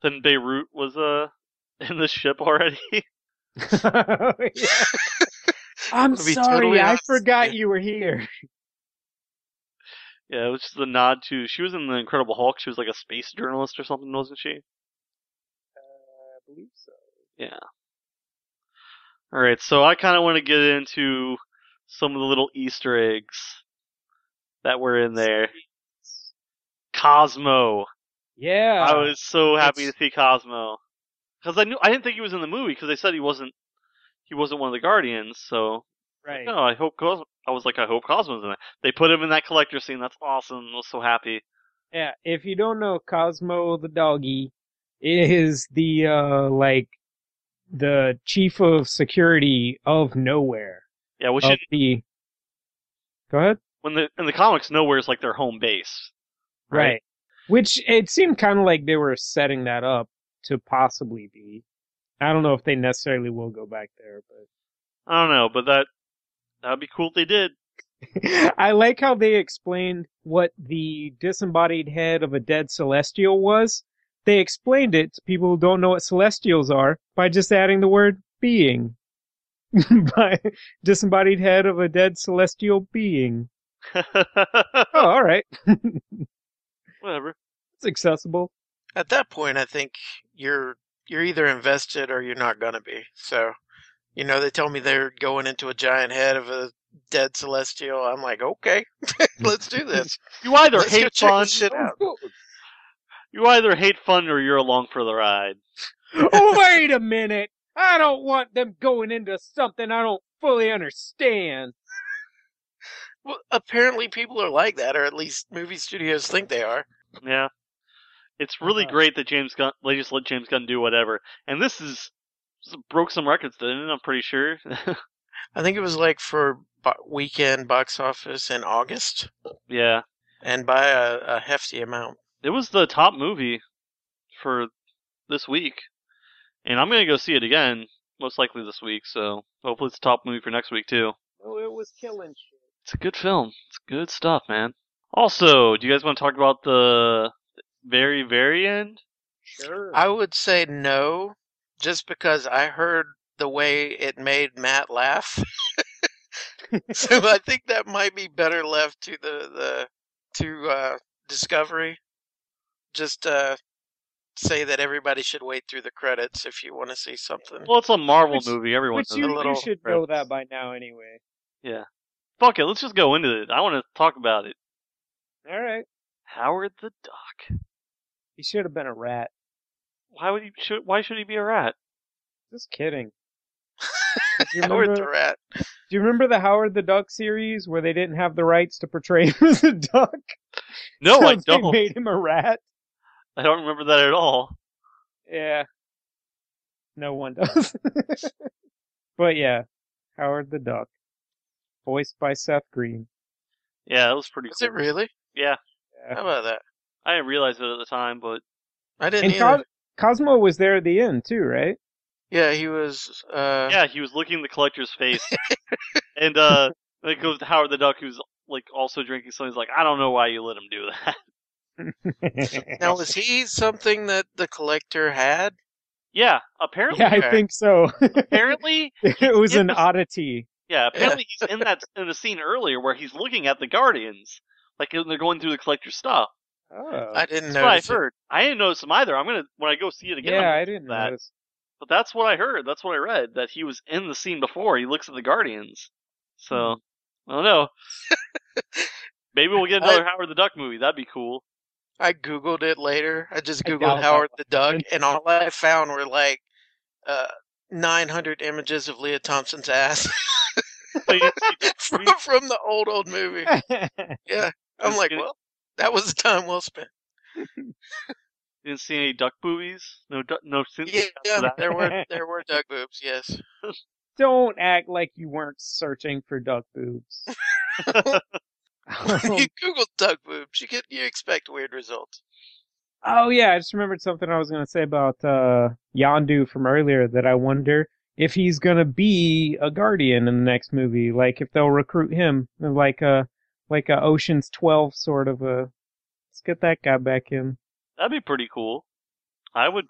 B: Then Beirut was uh in the ship already.
A: Oh, yeah. I'm
C: To be
A: sorry,
C: totally
A: I
C: honest,
A: forgot
C: yeah.
A: you were here.
B: yeah, it was just a nod to she was in the Incredible Hulk. She was like a space journalist or something, wasn't she?
A: I believe so.
B: All right, so I kind of want to get into some of the little Easter eggs that were in there. Cosmo.
A: Yeah.
B: I was so happy
A: it's-
B: to see Cosmo because I knew I didn't think he was in the movie because they said he wasn't. He wasn't one of the Guardians, so
A: right.
B: no. I hope Cosmo. I was like, I hope Cosmo's in it. They put him in that collector scene. That's awesome. I was so happy.
A: Yeah, if you don't know, Cosmo the doggy is the uh like the chief of security of nowhere.
B: Yeah,
C: Oh.
B: which
A: Of
B: in,
A: the Go ahead.
B: when the in the comics, nowhere's like their home base. Right.
A: Which it seemed kind of like they were setting that up to possibly be. I don't know if they necessarily will go back there, but
B: I don't know, but that that'd be cool if they did.
A: I like how they explained what the disembodied head of a dead celestial was. They explained it to people who don't know what celestials are by just adding the word being. by disembodied head of a dead celestial being. Oh, all right.
B: Whatever.
A: It's accessible.
C: At that point, I think you're you're either invested or you're not going to be. So, you know, they tell me they're going into a giant head of a dead celestial. I'm like, okay, let's do this.
B: You either
C: Let's go
B: hate
C: check
B: fun.
C: this shit out.
B: You either hate fun or you're along for the ride.
A: Wait a minute. I don't want them going into something I don't fully understand.
C: Well, apparently people are like that, or at least movie studios think they are.
B: Yeah. It's really
A: Uh-huh.
B: great that James Gunn they just let James Gunn do whatever. And this is this broke some records, didn't it? I'm pretty sure.
C: I think it was like for bo- weekend box office in August,
B: yeah.
C: and by a, a hefty amount.
B: It was the top movie for this week. And I'm gonna go see it again, most likely this week, so hopefully it's the top movie for next week too.
A: Oh, it was killing shit.
B: It's a good film. It's good stuff, man. Also, do you guys want to talk about the very, very end?
A: Sure.
C: I would say no, just because I heard the way it made Matt laugh. so I think that might be better left to the the to uh, Discovery. Just uh, say that everybody should wait through the credits if you want to see something.
B: Well, it's a Marvel
A: Which-
B: movie. Everyone
A: Which
B: knows
A: you,
B: that.
A: you should know that by now anyway.
B: Fuck it, let's just go into it. I want to talk about it.
A: All right.
B: Howard the Duck.
A: He should have been a rat.
B: Why would he? Should, why should he be a rat?
A: Just kidding. Do you,
C: Howard
A: remember,
C: the Rat.
A: do you remember the Howard the Duck series where they didn't have the rights to portray him as a duck?
B: No,
A: so
B: I
A: they
B: don't.
A: made him a rat.
B: I don't remember that at all.
A: Yeah. No one does. but yeah, Howard the Duck, voiced by Seth Green.
B: Yeah, that was pretty.
C: Is
B: cool.
C: it really?
B: Yeah,
C: How about that?
B: I didn't realize it at the time, but
C: I didn't
A: And
C: either.
A: Cos- Cosmo was there at the end too, right?
C: yeah, he was. Uh,
B: yeah, he was looking in the collector's face, and uh, then it goes to Howard the Duck, who's like also drinking something. He's like, I don't know why you let him do that.
C: Now, was he something that the collector had?
B: yeah, apparently,
A: yeah, I think so.
B: apparently,
A: it was
B: It
A: an
B: was-
A: oddity.
B: yeah, apparently he's in that in the scene earlier where he's looking at the Guardians, like and they're going through the collector's stuff.
A: Oh.
C: I didn't
B: That's what I
C: notice. it.
B: heard. I didn't notice him either. I'm gonna when I go see it again. I'm
A: yeah,
B: gonna
A: I didn't
B: do that.
A: notice.
B: But that's what I heard. That's what I read. That he was in the scene before. He looks at the Guardians. So I don't know. Maybe we'll get another Howard the Duck movie. That'd be cool.
C: I googled it later. I just
A: I doubt
C: googled
A: that
C: Howard the Duck,
A: happened.
C: and all I found were like uh, 900 images of Leah Thompson's ass
B: Like, it's-
C: from, from the old old movie. I'm
B: Just
C: like,
B: kidding.
C: well, that was the time well spent.
B: you didn't see any Duck movies? No, duck, no. Since
C: Yeah,
B: after that?
C: there were there were duck boobs. Yes,
A: Don't act like you weren't searching for duck boobs. Um,
C: you Google duck boobs, you get you expect weird results.
A: Oh yeah, I just remembered something I was gonna say about uh Yondu from earlier that I wonder if he's gonna be a guardian in the next movie. Like if they'll recruit him like a like a Ocean's Twelve sort of a let's get that guy back in.
B: That'd be pretty cool. I would.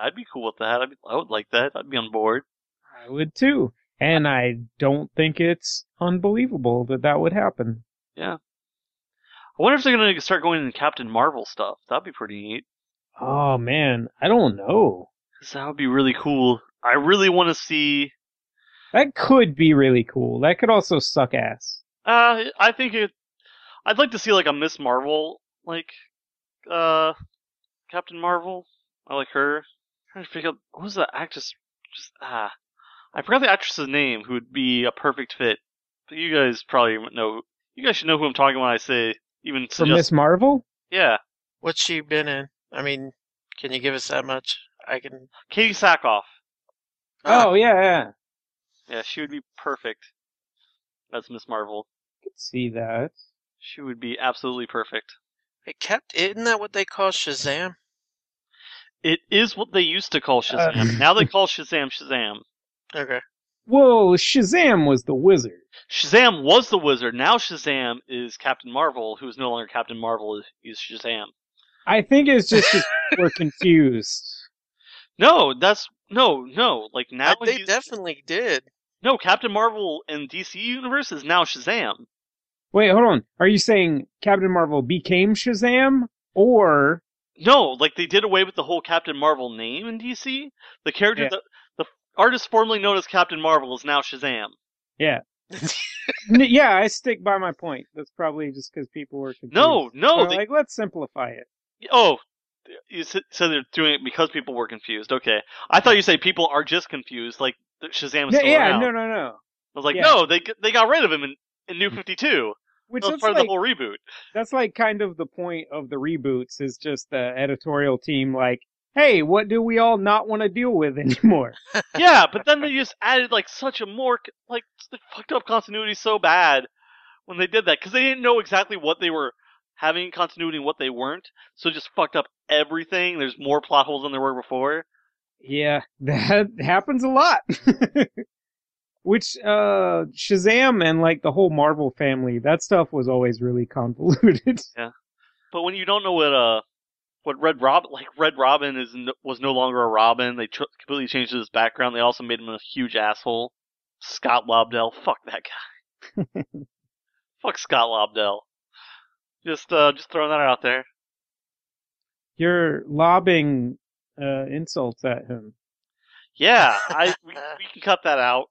B: I'd be cool with that. I'd be, I would like that. I'd be on board.
A: I would too. And I don't think it's unbelievable that that would happen.
B: I wonder if they're gonna start going into Captain Marvel stuff. That'd be pretty neat.
A: Oh man, I don't know.
B: 'Cause that would be really cool. I really want to see.
A: That could be really cool. That could also suck ass.
B: Uh, I think it. I'd like to see like a Miss Marvel, like, uh, Captain Marvel. I like her. trying to figure out what was the actress. Just ah, I forgot the actress's name who would be a perfect fit. But you guys probably know. You guys should know who I'm talking when I say even
A: For
B: suggest.
A: Miss Marvel?
B: yeah,
C: What's she been in? I mean, can you give us that much? I can. uh,
B: Katie Sackhoff. Ah.
A: Oh yeah, yeah. I
B: Yeah, she would be perfect. That's Miss Marvel.
A: could see that.
B: She would be absolutely perfect.
C: it kept. Isn't that what they call Shazam?
B: It is what they used to call
A: Uh,
B: Shazam. now they call Shazam Shazam.
C: Okay.
A: Whoa, Shazam was the wizard.
B: Shazam was the wizard. Now Shazam is Captain Marvel, who is no longer Captain Marvel. Is Shazam?
A: I think it's just that we're confused.
B: No, that's no, no. Like now,
C: I- they
B: he's-
C: definitely did.
B: no Captain Marvel in DC universe is now Shazam.
A: Wait, hold on. Are you saying Captain Marvel became Shazam? Or
B: No, like they did away with the whole Captain Marvel name in DC. The character,
A: Yeah.
B: that the artist formerly known as Captain Marvel, is now Shazam.
A: Mm-hmm. N- yeah, I stick by my point. That's probably just because people were confused.
B: No, no.
A: They're
B: They,
A: like let's simplify it.
B: oh, you s- said they're doing it because people were confused. Okay, I thought you say people are just confused. Like that Shazam is
A: No,
B: still
A: yeah,
B: around.
A: no, no, no.
B: I was like,
A: Yeah.
B: no, they g- they got rid of him in, in New Fifty Two.
A: Which
B: That was
A: that's
B: part
A: like
B: of the whole reboot.
A: that's like kind of the point of the reboots is just the editorial team like, hey, what do we all not want to deal with anymore?
B: yeah, but then they just added like such a more c- like they fucked up continuity so bad when they did that because they didn't know exactly what they were having in continuity and what they weren't, so it just fucked up everything. There's more plot holes than there were before.
A: Yeah, that happens a lot. Which uh Shazam and like the whole Marvel family, that stuff was always really convoluted.
B: But when you don't know what uh what Red Rob like Red Robin is no, was no longer a Robin, they tr- completely changed his background. They also made him a huge asshole. Scott Lobdell, fuck that guy. fuck Scott Lobdell. Just uh just throwing that out there.
A: You're lobbing uh, insults at him.
B: Yeah, I we, we can cut that out.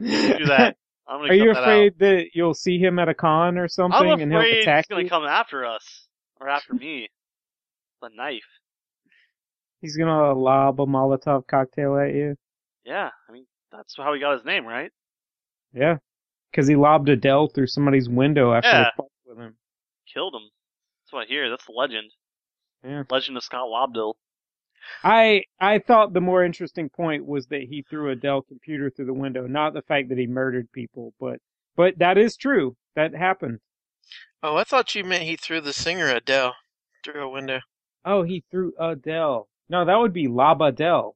B: Do that. I'm gonna
A: Are
B: cut
A: you
B: that
A: afraid that you'll see him at a con or
B: out.
A: something
B: I'm
A: and he'll
B: afraid
A: attack
B: he's gonna
A: you?
B: come after us or after me. The knife.
A: He's gonna lob a Molotov cocktail at you.
B: Yeah, I mean that's how he got his name, right?
A: Yeah, because he lobbed Adele through somebody's window after
B: Yeah.
A: they fought with him.
B: Killed him. That's what I hear. That's the legend.
A: Yeah.
B: Legend of Scott Lobdell.
A: I I thought the more interesting point was that he threw a Dell computer through the window, not the fact that he murdered people. But but that is true. That happened.
C: Oh, I thought you meant he threw the singer Adele through a window.
A: Oh, he threw a Dell. No, that would be Laba Dell.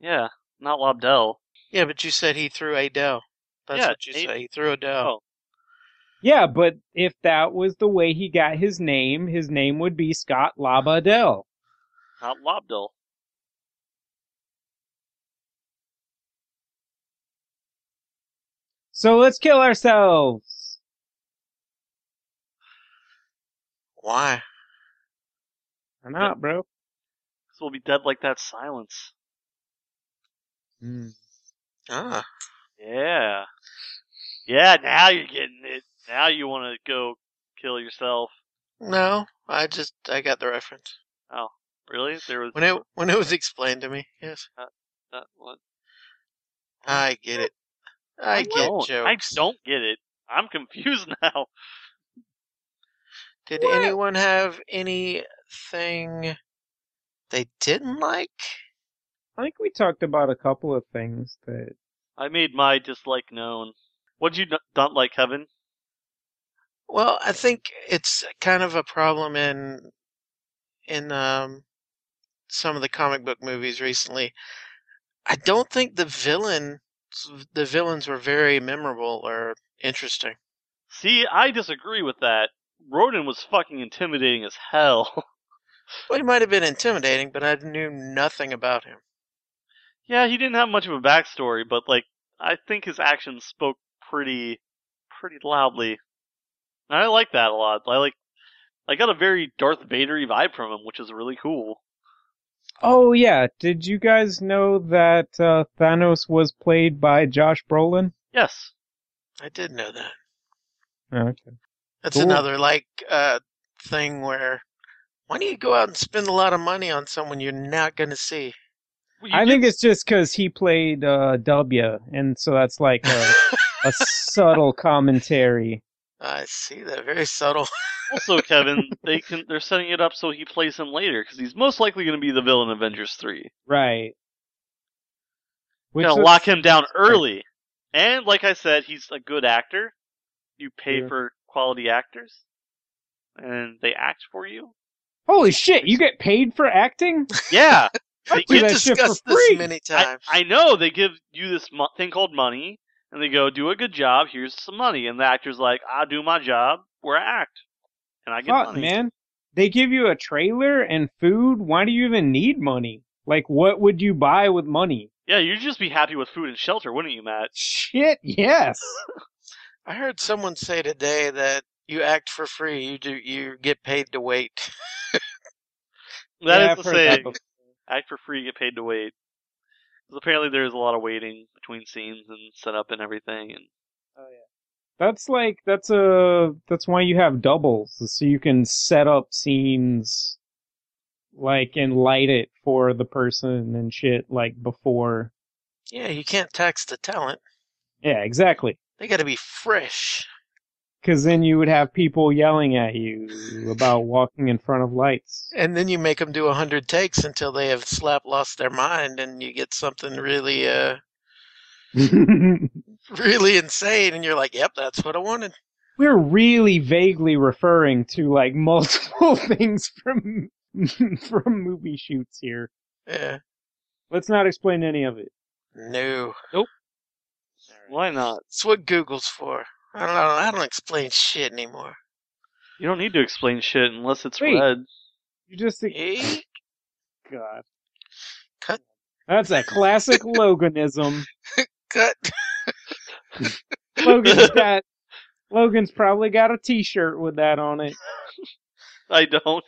B: Yeah, not Lobdell.
C: Yeah, but you said he threw Adele. That's
B: Yeah,
C: what you
B: he-
C: said. He threw
B: Oh.
C: Adele.
A: Yeah, but if that was the way he got his name, his name would be Scott Laba Dell.
B: Not Lobdell.
A: So let's kill ourselves.
C: Why?
A: I'm out, bro.
B: Because we'll be dead like that silence.
C: Ah,
B: Yeah. Yeah, now you're getting it. Now you want to go kill yourself.
C: no. I just I got the reference
B: Really? There was
C: when it when it was explained to me. Yes,
B: that one.
C: I get it. I, get
B: don't. I
C: jokes.
B: don't get it. I'm confused now.
C: Did
A: What?
C: anyone have anything they didn't like?
A: I think we talked about a couple of things that
B: I made my dislike known. What'd you n- not like, Kevin?
C: Well, I think it's kind of a problem in in um, some of the comic book movies recently. I don't think the villain the villains were very memorable or interesting.
B: See, I disagree with that. Ronan was fucking intimidating as hell.
C: Well, he might have been intimidating, but I knew nothing about him.
B: yeah, he didn't have much of a backstory, but like, I think his actions spoke pretty, pretty loudly. And I like that a lot. I like, I got a very Darth Vader-y vibe from him, which is really cool.
A: Oh yeah, did you guys know that uh, Thanos was played by Josh Brolin?
B: Yes.
C: I did know that.
A: Okay.
C: That's
A: Cool.
C: another like uh, thing where why do you go out and spend a lot of money on someone you're not going to see?
B: Well, you
A: I
B: did-
A: think it's just because he played uh, W, and so that's like a, a subtle commentary.
C: I see that very subtle.
B: also, Kevin, they can they're setting it up so he plays him later because he's most likely going to be the villain in Avengers three.
A: Right.
B: We're
A: Which
B: going
A: is-
B: to lock him down early. And like I said, he's a good actor. You pay
A: Yeah.
B: for quality actors, and they act for you.
A: Holy shit, you get paid for acting?
B: Yeah,
A: I do
C: We've
A: that shit for
C: discussed this
A: free.
C: many
B: I,
C: times.
B: I know they give you this mo- thing called money, and they go, "Do a good job. Here's some money." And the actor's like, "I do my job where I act, and I get
A: Fuck,
B: money."
A: man. They give you a trailer and food. Why do you even need money? Like, what would you buy with money?
B: Yeah, you'd just be happy with food and shelter, wouldn't you, Matt?
A: Shit, yes.
C: I heard someone say today that you act for free. You do. You get paid to wait.
B: That is
A: Yeah, I've
B: to
A: heard that
B: say,
A: before.
B: act for free, get paid to wait. 'Cause apparently there's a lot of waiting between scenes and setup and everything, and
A: That's like that's a that's why you have doubles is so you can set up scenes like and light it for the person and shit like before.
C: Yeah, you can't tax the talent.
A: Yeah, exactly.
C: They got to be fresh.
A: Cuz then you would have people yelling at you about walking in front of lights.
C: And then you make them do a hundred takes until they have slap lost their mind, and you get something really, uh,
A: We're
C: really insane. And you're like, "Yep, that's what I wanted."
A: really vaguely referring to like multiple things from from movie shoots here.
C: Yeah.
A: Let's not explain any of it.
C: No,
B: why not?
C: it's what Google's for. I don't know. I don't explain shit anymore.
B: You don't need to explain shit unless it's
A: Wait.
B: red.
A: You just think,
C: Eh?
A: God.
C: Cut.
A: That's a classic Loganism.
C: Cut.
A: Logan's got Logan's probably got a T-shirt with that on it.
B: I don't.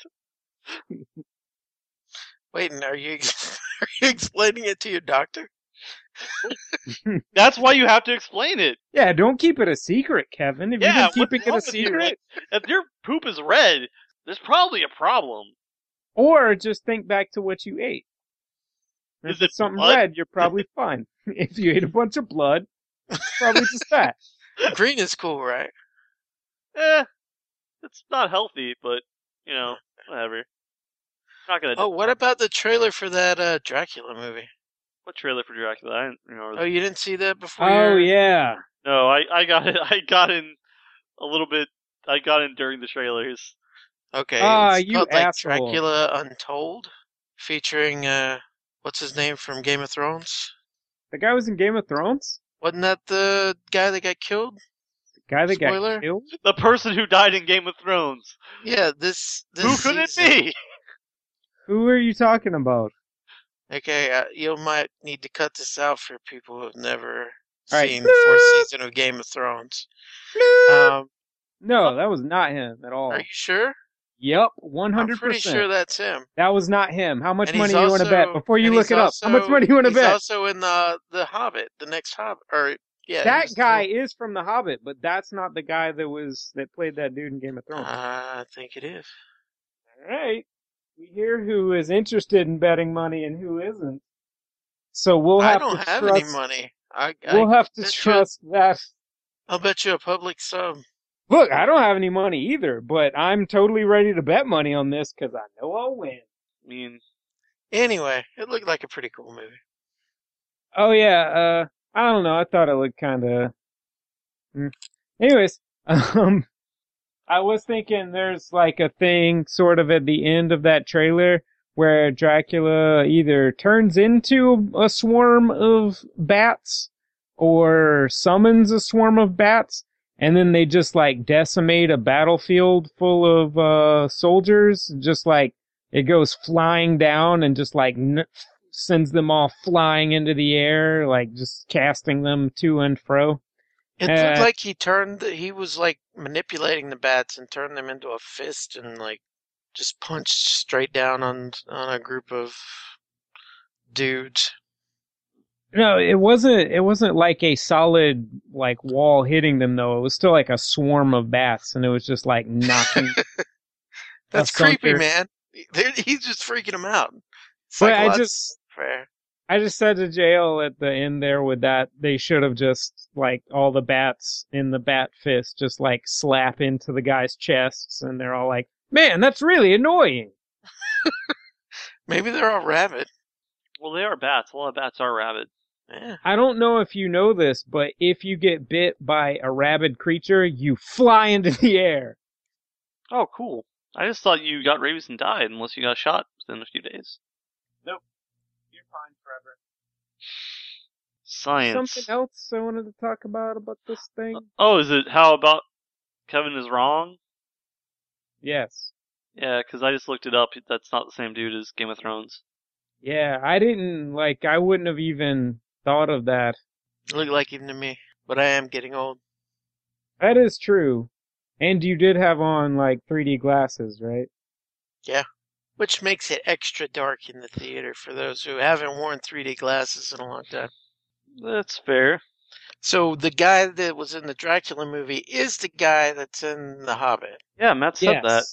C: Wait, and are you are you explaining it to your doctor?
B: That's why you have to explain it.
A: Yeah, don't keep it a secret, Kevin. If
B: Yeah,
A: you've
B: what's
A: been keeping
B: wrong
A: it a
B: with you?
A: secret,
B: If your poop is red, there's probably a problem.
A: or just think back to what you ate.
B: Is
A: If
B: it
A: it's something
B: blood?
A: red, you're probably fine. if you ate a bunch of blood, it's probably just that.
C: Green is cool, right?
B: Eh, it's not healthy, but you know, whatever. Not gonna.
C: Oh, what about the trailer for that uh, Dracula movie?
B: What trailer for Dracula? I didn't remember.
C: Oh, you didn't see that before?
A: Oh
C: your-
A: yeah,
B: No, I, I got it. I got in a little bit. I got in during the trailers.
C: Okay.
A: Ah,
C: it's
A: you
C: called, like,
A: asshole.
C: Dracula Untold, featuring uh, what's his name from Game of Thrones?
A: the guy was in Game of Thrones.
C: Wasn't that the guy that got killed?
A: The guy that
C: Spoiler?
A: got killed.
B: The person who died in Game of Thrones.
C: Yeah, this. this
B: who could
C: season.
B: it be?
A: Who are you talking about?
C: Okay, uh, you might need to cut this out for people who've never
A: All right.
C: seen the fourth season of Game of Thrones. Um,
A: Uh, No, that was not him at all.
C: are you sure?
A: Yep, one
C: I'm
A: Oh. hundred
C: pretty sure
A: percent.
C: that's him.
A: That was not him. How much
C: And
A: money
C: he's
A: do you want to bet
C: also-
A: before you
C: and
A: look
C: he's
A: it up? How much
C: also-
A: money you want to
C: he's
A: bet?
C: also in the the Hobbit, the next Hobbit, or yeah,
A: that
C: he's the-
A: guy is from The Hobbit, but that's not the guy that was that played that dude in Game of
C: Ah.
A: Thrones.
C: Oh, I think it is.
A: All right. We hear who is interested in betting money and who isn't. So we'll
C: I
A: have
C: don't
A: to
C: have
A: trust.
C: any money. I,
A: We'll
C: I
A: have to
C: bet you-
A: trust that.
C: I'll bet you a public sub.
A: Look, I don't have any money either, but I'm totally ready to bet money on this because I know I'll win.
B: I mean,
C: Anyway, it looked like a pretty cool movie.
A: Oh yeah. Uh, I don't know. I thought it looked kind of. Anyways, um, I was thinking there's like a thing sort of at the end of that trailer where Dracula either turns into a swarm of bats or summons a swarm of bats. And then they just like decimate a battlefield full of uh, soldiers. Just like it goes flying down and just like n- sends them all flying into the air, like just casting them to and fro.
C: It
A: Uh,
C: looked like he turned. the- He was like manipulating the bats and turned them into a fist and like just punched straight down on on a group of dudes.
A: No, it wasn't. It wasn't like a solid like wall hitting them though. It was still like a swarm of bats, and it was just like knocking.
C: That's
A: That's some
C: creepy,
A: fear.
C: man. They're- he's just freaking him out. It's
A: but
C: like, well,
A: I
C: that's
A: just,
C: fair.
A: I just said to JL at the end there with that they should have just like all the bats in the bat fist just like slap into the guy's chests, and they're all like, "Man, that's really annoying."
C: Maybe they're all rabid.
B: well, they are bats. A lot of bats are rabid.
C: Yeah.
A: I don't know if you know this, but if you get bit by a rabid creature, you fly into the air.
B: Oh, cool. I just thought you got rabies and died, unless you got shot within a few days.
A: You're fine forever.
B: Science.
A: Something else I wanted to talk about about this thing?
B: Oh, is it how about Kevin is wrong?
A: Yes.
B: Yeah, because I just looked it up. That's not the same dude as Game of Thrones.
A: Yeah, I didn't like I wouldn't have even thought of that.
C: Look like even to me. But I am getting old.
A: That is true. And you did have on like 3D glasses, right?
C: Which makes it extra dark in the theater for those who haven't worn 3D glasses in a long time.
B: That's fair.
C: So the guy that was in the Dracula movie is the guy that's in The Hobbit.
B: Yeah, Matt said that.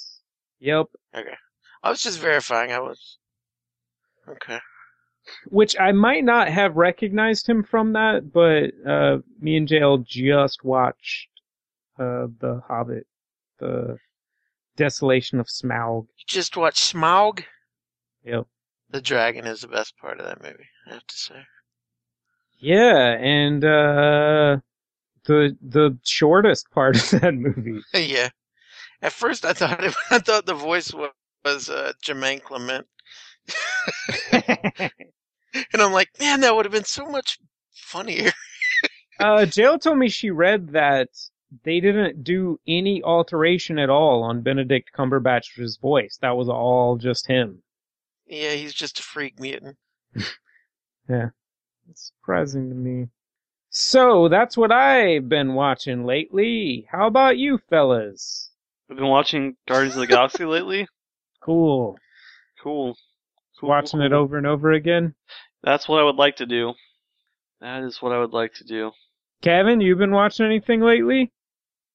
A: Yep.
C: Okay. I was just verifying. I was. Okay.
A: Which I might not have recognized him from that, but uh me and JL just watched uh The Hobbit, The Desolation of Smaug.
C: You just watched Smaug?
A: Yep.
C: The dragon is the best part of that movie, I have to say.
A: Yeah, and uh the the shortest part of that movie.
C: yeah. At first, I thought it, I thought the voice was, was uh, Jermaine Clement, and I'm like, man, that would have been so much funnier.
A: uh, Jail told me she read that they didn't do any alteration at all on Benedict Cumberbatch's voice. That was all just him.
C: yeah, he's just a freak mutant.
A: It's surprising to me. So that's what I've been watching lately. How about you fellas?
B: I've been watching Guardians of the Galaxy lately.
A: Cool.
B: Cool. cool
A: Watching
B: cool,
A: it
B: cool.
A: over and over again.
B: That's what I would like to do. That is what I would like to do.
A: Kevin, you been watching anything lately?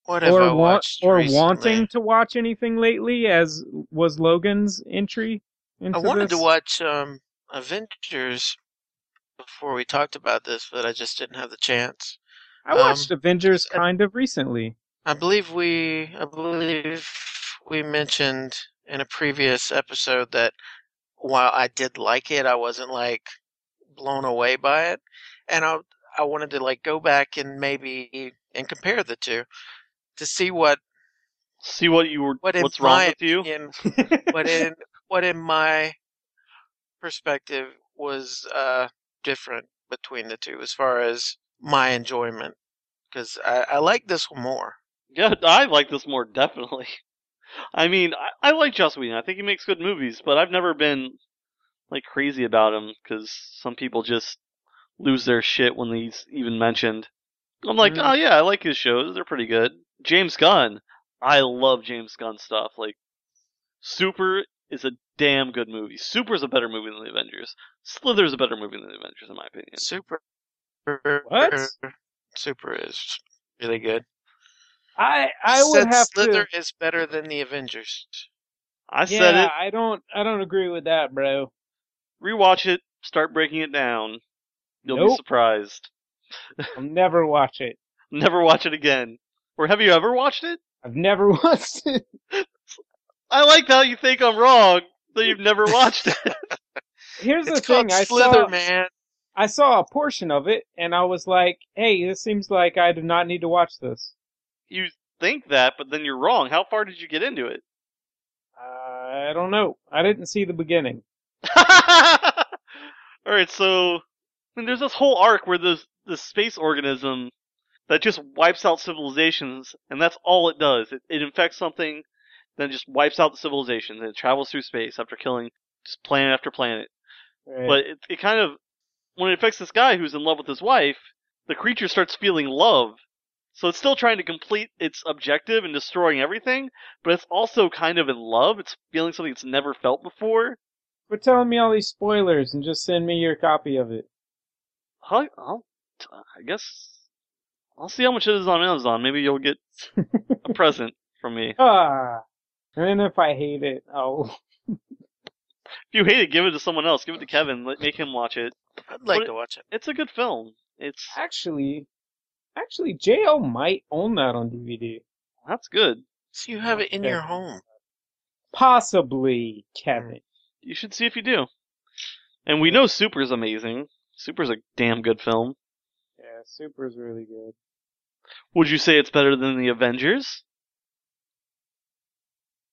C: What have I
A: Or want
C: watched
A: or
C: recently?
A: wanting to watch anything lately as was Logan's entry into
C: I wanted
A: this?
C: to watch um, Avengers before we talked about this, but I just didn't have the chance.
A: I watched Avengers
C: um, I-
A: kind of recently.
C: I believe we, I believe we mentioned in a previous episode that while I did like it, I wasn't like blown away by it, and I, I wanted to like go back and maybe and compare the two to see what
B: See what you were.
C: What if
B: what's wrong
C: my
B: with you?
C: in what in what in my perspective was uh, different between the two as far as my enjoyment because I, I like this one more.
B: Yeah, I like this more definitely. I mean, I, I like Joss Whedon. I think he makes good movies, but I've never been like crazy about him because some people just lose their shit when he's even mentioned. I'm like,
A: Mm.
C: Mhm.
B: oh yeah, I like his shows. They're pretty good. James Gunn, I love James Gunn stuff. Like, Super is a damn good movie. Super's a better movie than the Avengers. Slither's a better movie than the Avengers, in my opinion.
C: Super.
A: What?
C: Super is really good.
A: I I
C: He
A: would
C: said
A: have
C: Slither
A: to.
C: is better than the Avengers.
B: I
A: Yeah,
B: said it.
A: I don't I don't agree with that, bro.
B: Rewatch it. Start breaking it down. You'll be
A: Nope.
B: surprised.
A: I'll never watch it.
B: Never watch it again. Or have you ever watched it?
A: I've never watched it.
B: I like how you think I'm wrong that you've never watched it.
A: Here's
C: it's
A: the thing.
C: called
A: I
C: Slither,
A: saw
C: man.
A: I saw a portion of it, and I was like, "Hey, this seems like I do not need to watch this."
B: you think that, but then you're wrong. How far did you get into it?
A: I don't know. I didn't see the beginning.
B: All right, so and there's this whole arc where there's this space organism that just wipes out civilizations, and that's all it does. It, it infects something, then just wipes out the civilizations, and it travels through space after killing just planet after planet.
A: Right.
B: But it, it kind of, when it affects this guy who's in love with his wife, the creature starts feeling love. So it's still trying to complete its objective and destroying everything, but it's also kind of in love. It's feeling something it's never felt before.
A: Quit telling me all these spoilers and just send me your copy of it.
B: Huh? I'll, t- I guess I'll see how much it is on Amazon. Maybe you'll get a present from me. If
A: Ah, and if I hate it, oh. I'll.
B: you hate it, give it to someone else. Give it to Kevin. Let, make him watch it.
C: I'd like
B: What-
C: to watch it.
B: It's a good film. It's
A: Actually, actually, JL might own that on DVD.
B: that's good.
C: So you have it in
A: Oh, Okay.
C: your home.
A: Possibly, Kevin.
B: You should see if you do. And we know Super's amazing. Super's a damn good film.
A: Yeah, Super's really good.
B: Would you say it's better than the Avengers?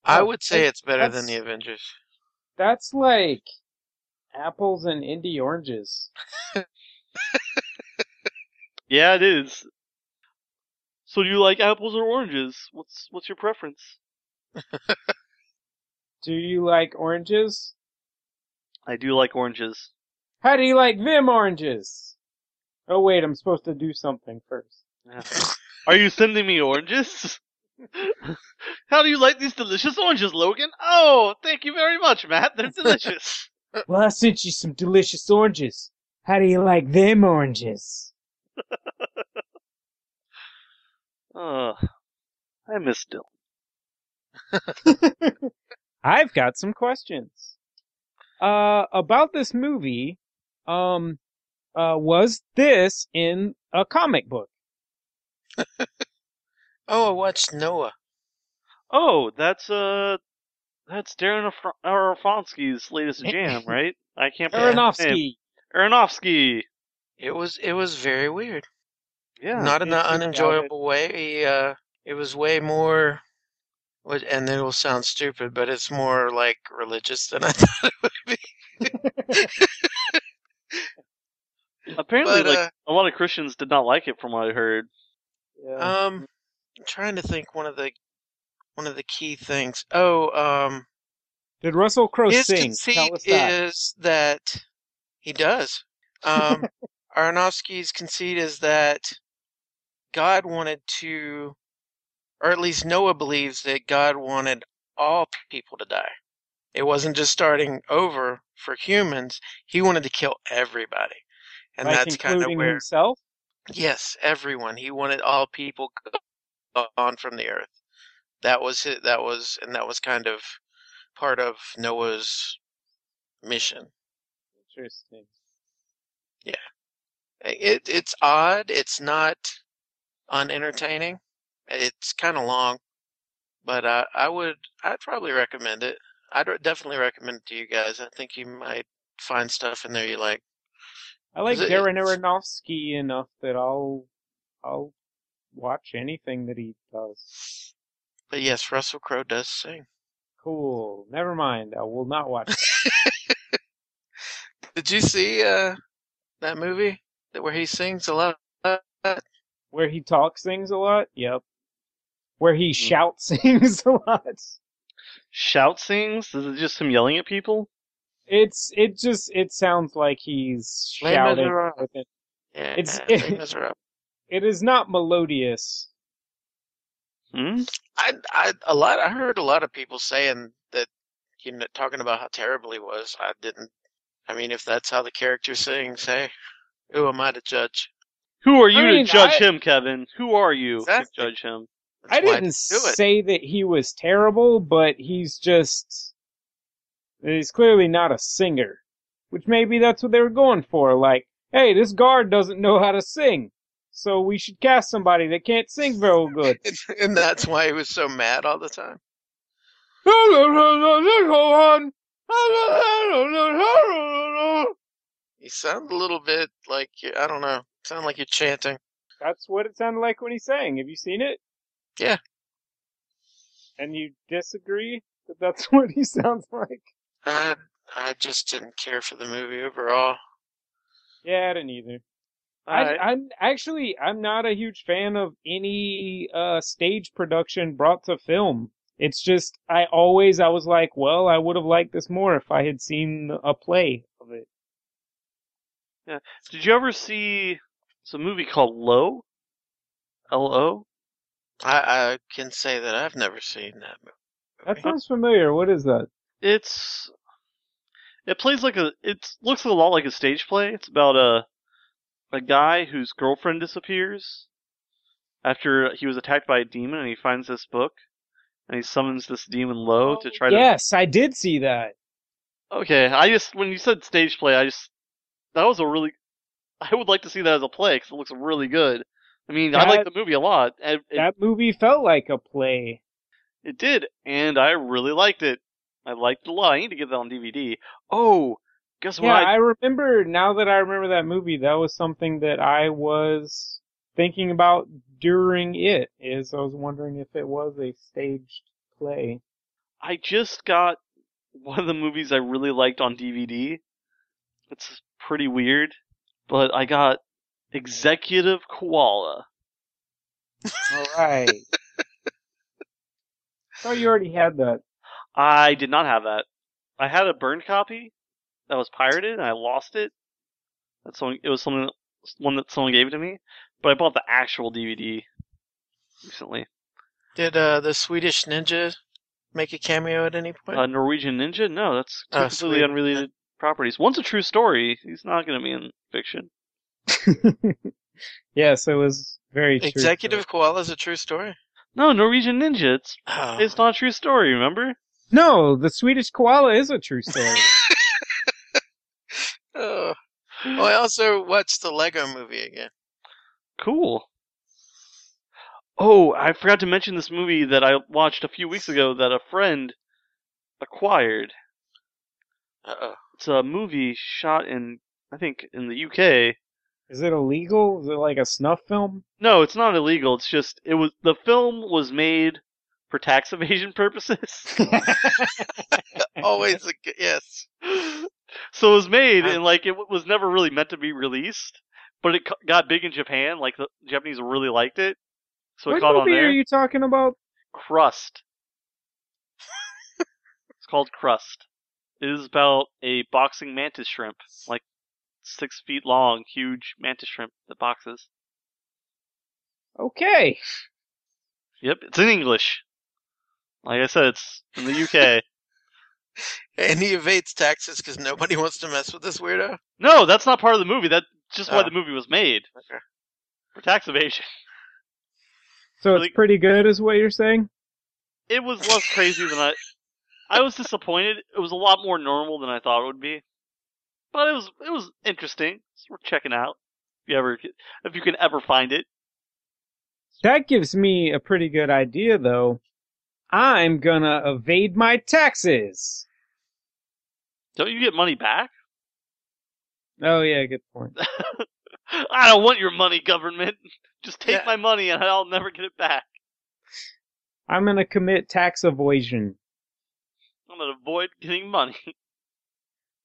C: I
A: Oh,
C: would say
A: hey,
C: it's better
A: that's-
C: than the Avengers.
A: That's like apples and indie oranges.
B: Yeah, it is. So do you like apples or oranges? What's what's your preference?
A: Do you like oranges?
B: I do like oranges.
A: How do you like Vim oranges? Oh wait, I'm supposed to do something first.
B: Yeah. Are you sending me oranges? How do you like these delicious oranges, Logan? Oh, thank you very much, Matt. They're delicious.
C: Uh.
A: Well, I sent you some delicious oranges. How do you like them oranges?
B: Ugh. I miss Dylan.
A: I've got some questions. Uh, about this movie, um, uh, was this in a comic book?
C: Oh, I watched Noah.
B: Oh, that's uh, that's Darren Afro- Aronofsky's latest jam, right? I can't. pronounce his name.
A: Aronofsky.
B: Aronofsky.
C: It was it was very weird.
B: Yeah.
C: Not in
A: it-
C: an
A: it-
C: unenjoyable way. He, uh, it was way more. what- And it will sound stupid, but it's more like religious than I thought it would be.
B: Apparently,
C: But,
B: like
C: uh,
B: a lot of Christians did not like it, from what I heard.
A: Yeah.
B: uh, mm.
C: Um, I'm trying to think one of the one of the key things. Oh, um,
A: Did Russell Crowe
C: his
A: sing?
C: conceit
A: Tell us that.
C: is that he does. Um, Aronofsky's conceit is that God wanted to or at least Noah believes that God wanted all people to die. It wasn't just starting over for humans. He wanted to kill everybody. And
A: like
C: that's kind of
A: including
C: where
A: himself.
C: Yes, everyone. He wanted all people gone from the earth. That was it. That was, and that was kind of part of Noah's mission.
A: Interesting.
C: It it's odd. It's not unentertaining. It's kind of long, but I I would I'd probably recommend it. I'd re- definitely recommend it to you guys. I think you might find stuff in there you like.
A: I like
C: Is it-
A: Darren Aronofsky enough that I'll I'll watch anything that he does.
C: But yes, Russell Crowe does sing.
A: Cool. Never mind. I will not watch. it.
C: Did you see uh that movie that where he sings a lot?
A: Where he talks things a lot. Yep. Where he
B: Hmm.
A: shouts things a lot.
B: Shout sings? Is it just him yelling at people?
A: It's it just it sounds like he's
C: Les
A: shouting.
C: Miserables.
A: with it.
C: Yeah,
A: It's-
C: Les Miserables.
A: it is not melodious.
B: Hmm?
C: I, I a lot. I heard a lot of people saying that you know talking about how terrible he was. I didn't. I mean, if that's how the character sings, hey, who am I to judge?
B: Who are you
A: mean,
B: to judge
A: I-
B: him, Kevin? Who are you
C: Exactly.
B: to judge him?
C: That's
A: I
C: why
A: didn't
C: do it.
A: say that he was terrible, but he's just he's clearly not a singer, which maybe that's what they were going for. Like, hey, this guard doesn't know how to sing, so we should cast somebody that can't sing very good.
C: and that's why he was so mad all the time. You sound a little bit like you, I don't know. Sound like you're chanting.
A: That's what it sounded like when he sang. Have you seen it?
C: Yeah.
A: And you disagree that that's what he sounds like?
C: I I just didn't care for the movie overall.
A: Yeah, I didn't either. I,
B: Alright.
A: I'm actually I'm not a huge fan of any uh, stage production brought to film. It's just I always I was like, well, I would have liked this more if I had seen a play of it.
B: Did you ever see it's a movie called Low? L O?
C: I I can say that I've never seen that movie.
A: That
B: Uh-huh.
A: sounds familiar. What is that?
B: It's it plays like a it looks a lot like a stage play. It's about a a guy whose girlfriend disappears after he was attacked by a demon and he finds this book and he summons this demon Low
A: Oh,
B: to try to
A: yes, I did see that.
B: Okay, I just when you said stage play, I just that was a really. I would like to see that as a play because it looks really good. I mean, I like
A: That-
B: the movie a lot. And it,
A: That movie felt like a play.
B: it did, and I really liked it. I liked it a lot. I need to get that on DVD. Oh, guess what?
A: Yeah,
B: I,
A: I remember now that I remember that movie. That was something that I was thinking about during it. Is I was wondering if it was a staged play.
B: I just got one of the movies I really liked on DVD. It's pretty weird, but I got Executive Koala.
A: All right. thought you already had that.
B: I did not have that. I had a burned copy that was pirated, and I lost it. That's someone, it was someone one that someone gave it to me, but I bought the actual DVD recently.
C: Did uh, the Swedish Ninja make a cameo at any point?
B: Uh, Norwegian Ninja? No, that's two
C: Oh,
B: completely
C: sweet.
B: unrelated properties. One's a true story. He's not going to be in fiction.
A: yes, it was very true.
C: Executive Koala is a true story.
B: No, Norwegian Ninja. It's
C: Oh.
B: it's not a true story. Remember?
A: No, the Swedish koala is a true story.
C: Oh. Well, I also watched the Lego movie again.
B: Cool. Oh, I forgot to mention this movie that I watched a few weeks ago that a friend acquired.
C: Uh oh.
B: it's a movie shot in I think in the UK.
A: is it illegal? Is it like a snuff film?
B: No, it's not illegal. It's just it was the film was made for tax evasion purposes.
C: Always a g- yes.
B: so it was made and like it was never really meant to be released, but it co- got big in Japan. Like the Japanese really liked it, so it
A: what
B: caught on
A: movie
B: there.
A: are you talking about?
B: Crust. it's called Crust. It is about a boxing mantis shrimp, like six feet long, huge mantis shrimp that boxes.
A: Okay.
B: Yep, it's in English. Like I said, it's in the UK.
C: And he evades taxes because nobody wants to mess with this weirdo. Uh,
B: no, that's not part of the movie. That's just why
C: Oh.
B: the movie was made.
C: Okay.
B: For tax evasion.
A: So
B: Like-
A: it's pretty good, is what you're saying?
B: It was less crazy than I. I was disappointed. It was a lot more normal than I thought it would be, but it was it was interesting. It's worth checking out if you ever if you can ever find it.
A: That gives me a pretty good idea, though. I'm gonna evade my taxes.
B: Don't you get money back?
A: Oh yeah, good point.
B: I don't want your money, government. Just take
C: Yeah.
B: my money and I'll never get it back.
A: I'm gonna commit tax evasion.
B: I'm gonna avoid getting money.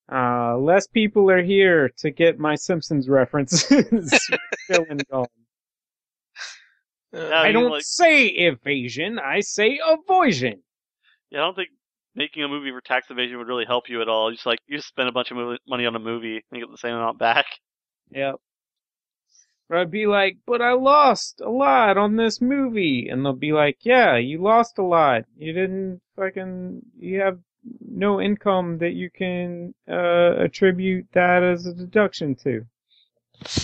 A: Uh, less people are here to get my Simpsons references. Going on.
C: Uh,
B: Yeah,
A: I
B: mean,
A: don't
B: like-
A: say evasion, I say avoision.
B: Yeah, I don't think making a movie for tax evasion would really help you at all. Just like you just spend a bunch of mo- money on a movie and get the same amount back.
A: Yep. Or I'd be like, but I lost a lot on this movie. And they'll be like, yeah, you lost a lot. You didn't fucking, you have no income that you can uh, attribute that as a deduction to.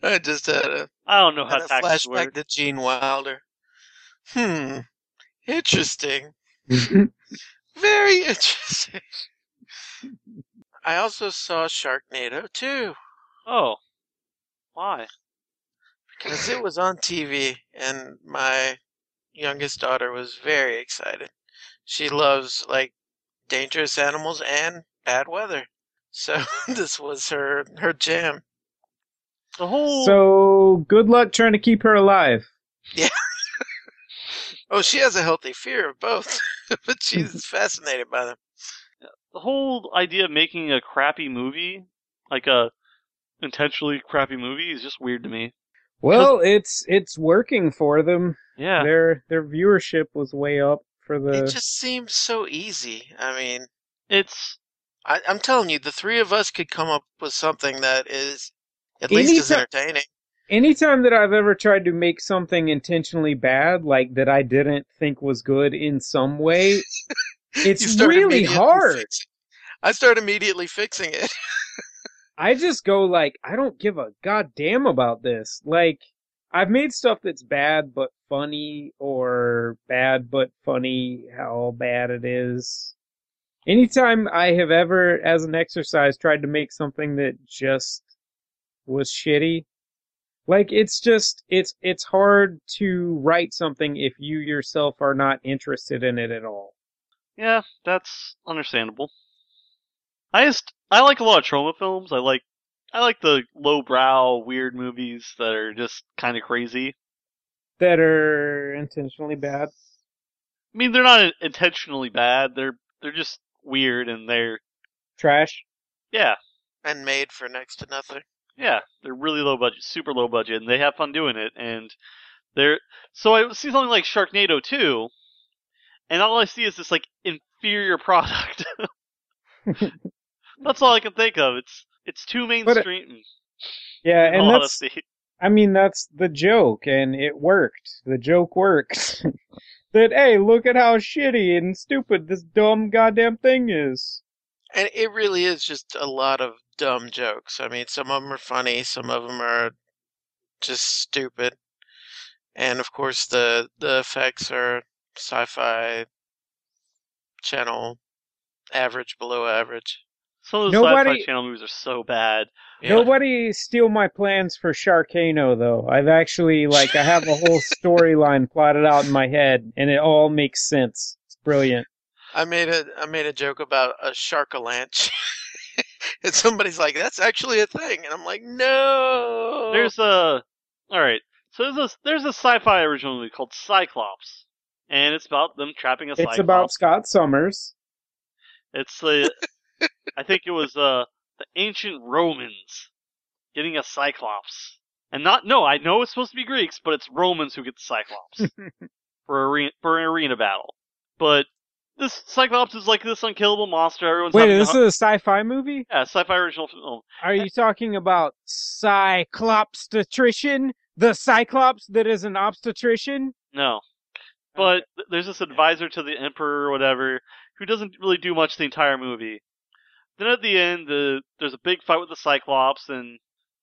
C: I just had a,
B: I don't know how
C: had a
B: taxes
C: flashback
B: work.
C: to Gene Wilder. Hmm. Interesting. Very interesting. I also saw Sharknado too
B: Oh, why?
C: because it was on TV, and my youngest daughter was very excited. She loves like dangerous animals and bad weather, so this was her her jam.
B: The whole
A: so, good luck trying to keep her alive.
C: Oh, she has a healthy fear of both, but she's fascinated by them.
B: the whole idea of making a crappy movie, like a intentionally crappy movie, is just weird to me.
A: Well, it's it's working for them.
B: Yeah,
A: Their their viewership was way up for the.
C: It just seems so easy. I mean,
B: it's
C: I, I'm telling you, the three of us could come up with something that is at
A: Any
C: least as
A: ti-
C: entertaining.
A: Anytime that I've ever tried to make something intentionally bad, like that I didn't think was good in some way,
C: You
A: it's
C: start
A: really
C: immediately
A: hard.
C: fixing- I start immediately fixing it.
A: I just go like, I don't give a goddamn about this. Like, I've made stuff that's bad but funny, or bad but funny, how bad it is. Anytime I have ever, as an exercise, tried to make something that just was shitty, like it's just it's it's hard to write something if you yourself are not interested in it at all.
B: yeah, that's understandable. I just I like a lot of trauma films. I like I like the lowbrow weird movies that are just kind of crazy.
A: That are intentionally bad.
B: I mean, they're not intentionally bad. They're they're just weird and they're
A: Trash.
B: yeah
C: And made for next to nothing.
B: yeah they're really low budget, super low budget, and they have fun doing it. And they're so I see something like Sharknado 2, and all I see is this like inferior product. that's all I can think of. It's it's too mainstream.
A: Yeah, uh,
B: in
A: and
B: all
A: that's
B: honesty.
A: I mean, that's the joke, and it worked. The joke worked. that, hey, look at how shitty and stupid this dumb goddamn thing is.
C: And it really is just a lot of dumb jokes. I mean, some of them are funny, some of them are just stupid. And of course, the the effects are sci-fi channel average, below average.
B: Some of the
A: Nobody-
B: sci-fi channel movies are so bad.
C: Yeah.
A: Nobody steal my plans for Sharkano, though. I've actually, like, I have a whole storyline plotted out in my head, and it all makes sense. It's brilliant.
C: I made a I made a joke about a sharkalanch. and somebody's like, "That's actually a thing," and I'm like,
A: Oh.
C: "No."
B: There's a all right. So there's a there's a sci-fi original movie called Cyclops, and it's about them trapping a cyclops.
A: It's about Scott Summers.
B: It's the I think it was uh the ancient Romans getting a cyclops. And not no, I know it's supposed to be Greeks, but it's Romans who get the cyclops for arena, for an arena battle. But this cyclops is like this unkillable monster. Everyone's
A: Wait,
B: having a
A: this is
B: hu-
A: a sci-fi movie?
B: yeah, sci-fi original film.
A: Are you talking about Cyclopstatrician? The Cyclops that is an obstetrician?
B: No. But th- there's this advisor to the Emperor or whatever who doesn't really do much the entire movie. Then at the end, the, there's a big fight with the Cyclops, and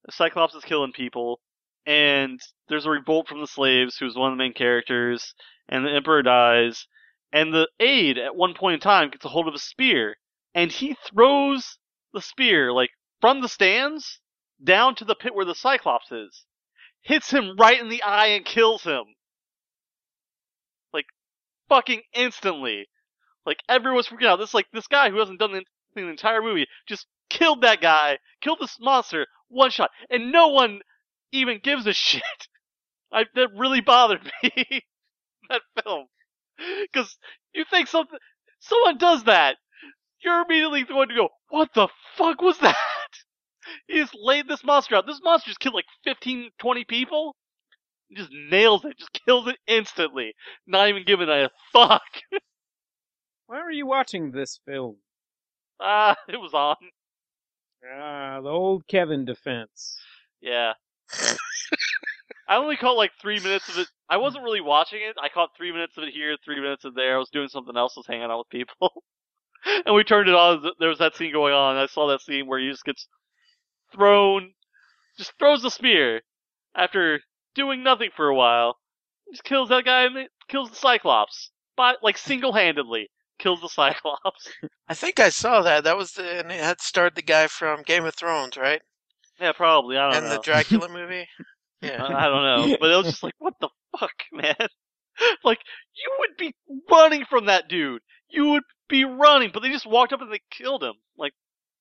B: the Cyclops is killing people. And there's a revolt from the slaves, who's one of the main characters, and the Emperor dies. And the aide, at one point in time, gets a hold of a spear, and he throws the spear, like, from the stands down to the pit where the Cyclops is. Hits him right in the eye and kills him. Like, fucking instantly. Like, everyone's freaking out. This, like, this guy who hasn't done the, the entire movie just killed that guy, killed this monster, one shot, and no one even gives a shit. I, that really bothered me. that film. Because you think something, someone does that, you're immediately going to go, what the fuck was that? He just laid this monster out. This monster's killed like 15, 20 people. He just nails it, just kills it instantly. Not even giving it a fuck.
A: Why are you watching this film?
B: Ah, it was on.
A: Ah, the old Kevin defense.
B: Yeah. I only caught like three minutes of it. I wasn't really watching it. I caught three minutes of it here, three minutes of there. I was doing something else, I was hanging out with people. and we turned it on. There was that scene going on. I saw that scene where he just gets thrown, just throws the spear after doing nothing for a while. Just kills that guy and kills the Cyclops. By, like single handedly kills the Cyclops.
C: I think I saw that. That was the and it had starred the guy from Game of Thrones, right?
B: yeah, probably. I don't
C: and
B: know.
C: the Dracula movie. Yeah.
B: I I don't know. But it was just like, what the fuck, man? Like, you would be running from that dude. You would be running, but they just walked up and they killed him. Like,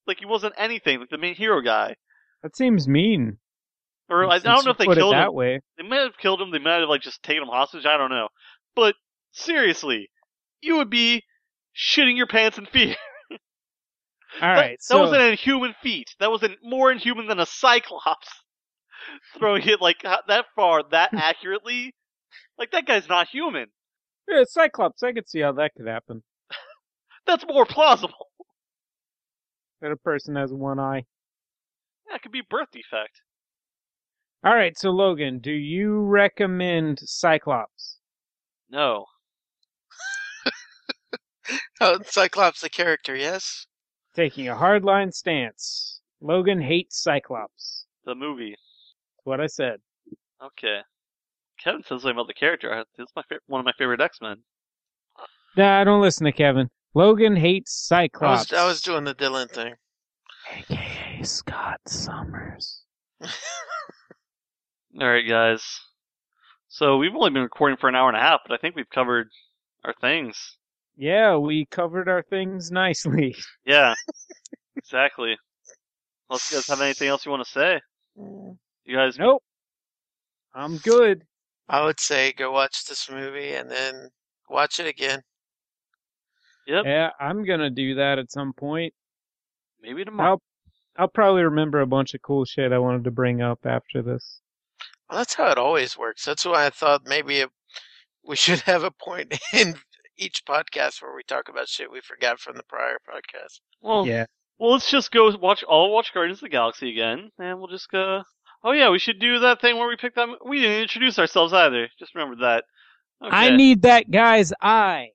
B: like he wasn't anything. Like the main hero guy.
A: That seems mean.
B: Or I, I
A: since
B: don't know
A: you
B: if they
A: put it
B: killed him.
A: that way.
B: They might have killed him. They might have like just taken him hostage. I don't know. But seriously, you would be shitting your pants in fear.
A: All
B: That-
A: right,
B: that,
A: so
B: was an inhuman feat. That was an, more inhuman than a cyclops throwing it like ho- that far, that accurately. Like that guy's not human.
A: yeah, Cyclops. I could see how that could happen.
B: That's more plausible.
A: That a person has one eye.
B: That could be a birth defect.
A: All right, so Logan, do you recommend Cyclops?
B: No,
C: Oh, Cyclops the character, yes.
A: Taking a hardline stance. Logan hates Cyclops.
B: the movie.
A: That's what I said.
B: Okay. Kevin says something about the character. I- It's my fa- one of my favorite X Men.
A: Nah, don't listen to Kevin. Logan hates
C: I
A: Cyclops.
C: was, I was doing the Dylan thing.
A: AKA Scott Summers.
B: All right, guys. So we've only been recording for an hour and a half, but I think we've covered our things.
A: Yeah, we covered our things nicely.
B: Yeah, exactly. Unless you guys have anything else you want to say, you guys
A: nope. I'm good.
C: I would say go watch this movie and then watch it again.
B: Yep.
A: Yeah, I'm gonna do that at some point.
B: maybe tomorrow.
A: I'll I'll probably remember a bunch of cool shit I wanted to bring up after this.
C: Well, that's how it always works. That's why I thought maybe it, we should have a point in each podcast where we talk about shit we forgot from the prior podcast.
B: Well,
A: Yeah.
B: well, let's just go watch. I'll watch Guardians of the Galaxy again, and we'll just go. Oh yeah, we should do that thing where we pick them. We didn't introduce ourselves either. Just remember that. Okay.
A: I need that guy's eye.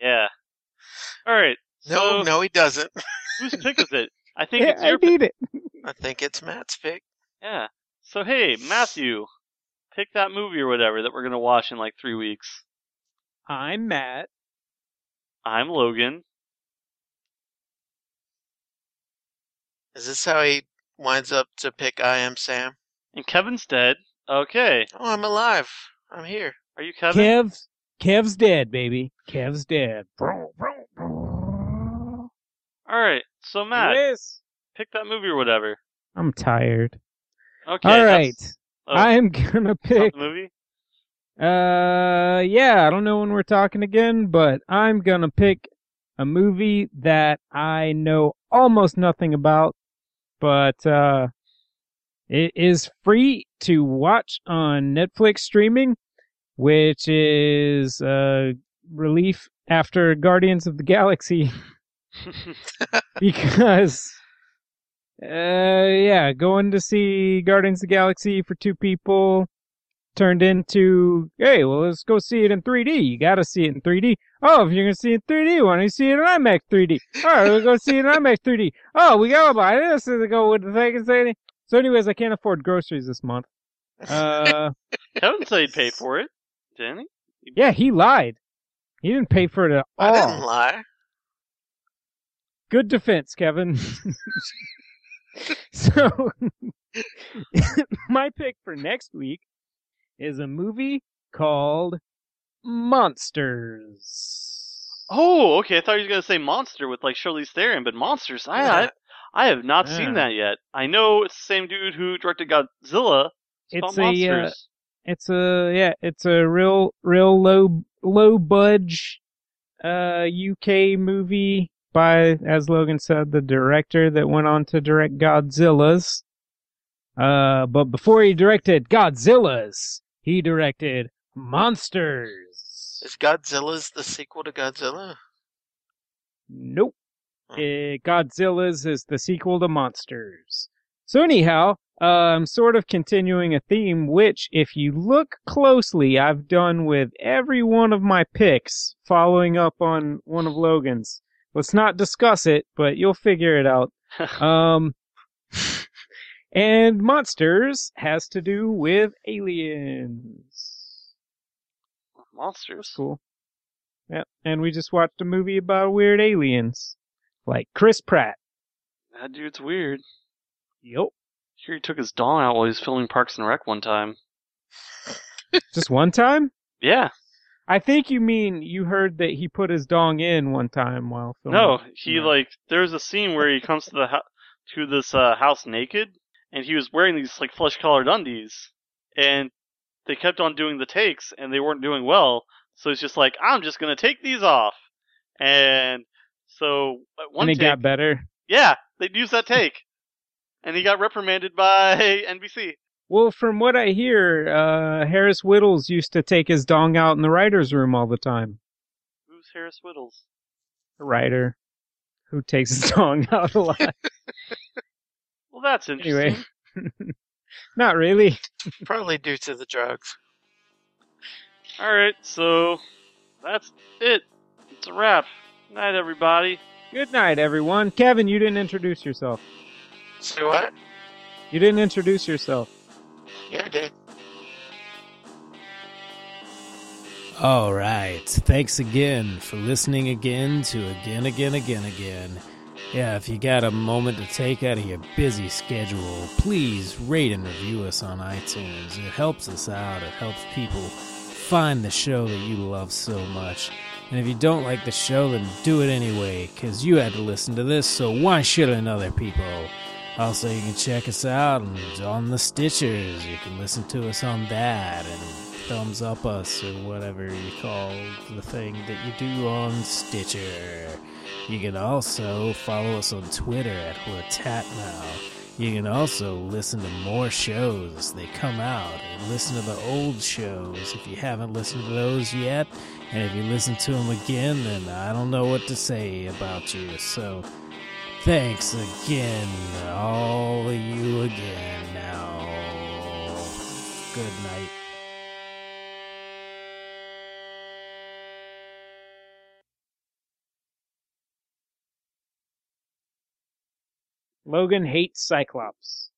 B: Yeah. All right.
C: No,
B: so
C: no, he doesn't.
B: whose pick is it? I think
A: Yeah,
B: it's
A: I
B: your pick.
A: need it.
C: I think it's Matt's pick.
B: Yeah. So hey, Matthew, pick that movie or whatever that we're gonna watch in like three weeks.
A: I'm Matt.
B: I'm Logan.
C: Is this how he winds up to pick I am Sam?
B: And Kevin's dead. Okay.
C: Oh, I'm alive. I'm here.
B: Are you Kevin?
A: Kev. Kev's dead, baby. Kev's dead.
B: All right. So Matt,
A: Yes.
B: pick that movie or whatever.
A: I'm tired.
B: Okay.
A: All right.
B: that's- oh,
A: I'm gonna
B: that's
A: pick
B: the movie.
A: Uh, yeah, I don't know when we're talking again, but I'm gonna pick a movie that I know almost nothing about, but uh, it is free to watch on Netflix streaming, which is uh relief after Guardians of the Galaxy because Uh, yeah, going to see Guardians of the Galaxy for two people turned into, hey, well, let's go see it in 3D. You got to see it in 3D. Oh, if you're going to see it in 3D, why don't you see it in IMAX 3D? All right, we'll go see it in IMAX 3D. Oh, we got to buy this to go with the thing and say. So, anyways, I can't afford groceries this month. Uh,
B: Kevin said he'd pay for it, didn't he?
A: yeah, he lied. He didn't pay for it at
C: I didn't
A: all.
C: lie.
A: Good defense, Kevin. so, my pick for next week is a movie called Monsters.
B: Oh, okay. I thought you were gonna say monster with like Charlize Theron, but monsters. I
C: Yeah.
B: I, I have not
A: Yeah.
B: seen that yet. I know it's the same dude who directed Godzilla. It's,
A: It's
B: called
A: a, uh,
B: monsters.
A: It's a yeah, it's a real real low low budge uh UK movie by as Logan said the director that went on to direct Godzilla's. Uh but before he directed Godzilla's, he directed Monsters.
C: Is Godzilla's the sequel to Godzilla?
A: Nope.
C: Hmm.
A: Eh, Godzilla's is the sequel to Monsters. So anyhow, uh, I'm sort of continuing a theme, which, if you look closely, I've done with every one of my picks, following up on one of Logan's. Let's not discuss it, but you'll figure it out. Um, and Monsters has to do with aliens.
B: monsters.
A: Cool. Yep. And we just watched a movie about weird aliens, like Chris Pratt.
B: That dude's weird.
A: Yep.
B: Sure, he took his dong out while he was filming Parks and Rec one time.
A: Just one time?
B: Yeah.
A: I think you mean you heard that he put his dong in one time while filming.
B: No, he
A: No.
B: like there's a scene where he comes to the hou- to this uh, house naked, and he was wearing these like flesh colored undies, and they kept on doing the takes, and they weren't doing well. So he's just like, I'm just gonna take these off, and so at one
A: and it
B: take,
A: got better.
B: yeah, they'd use that take, and he got reprimanded by NBC.
A: Well, from what I hear, uh, Harris Whittles used to take his dong out in the writer's room all the time.
B: Who's Harris Whittles?
A: The writer who takes his dong out a lot.
B: Well, that's interesting.
A: anyway. Not really.
C: Probably due to the drugs.
B: All right, so that's it. It's a wrap. Night, everybody.
A: Good night, everyone. Kevin, you didn't introduce yourself.
C: So what?
A: You didn't introduce yourself.
C: Yeah, I did.
E: All right. Thanks again for listening again to Again, Again, Again, Again. Yeah, if you got a moment to take out of your busy schedule, please rate and review us on iTunes. It helps us out, it helps people find the show that you love so much. And if you don't like the show, then do it anyway, because you had to listen to this, so why shouldn't other people? Also, you can check us out on- on the Stitchers. You can listen to us on that and thumbs up us or whatever you call the thing that you do on Stitcher. You can also follow us on Twitter at Hortatnow. You can also listen to more shows as they come out and listen to the old shows if you haven't listened to those yet. And if you listen to them again, then I don't know what to say about you. So Thanks again, all of you again now. Good night.
A: Logan hates Cyclops.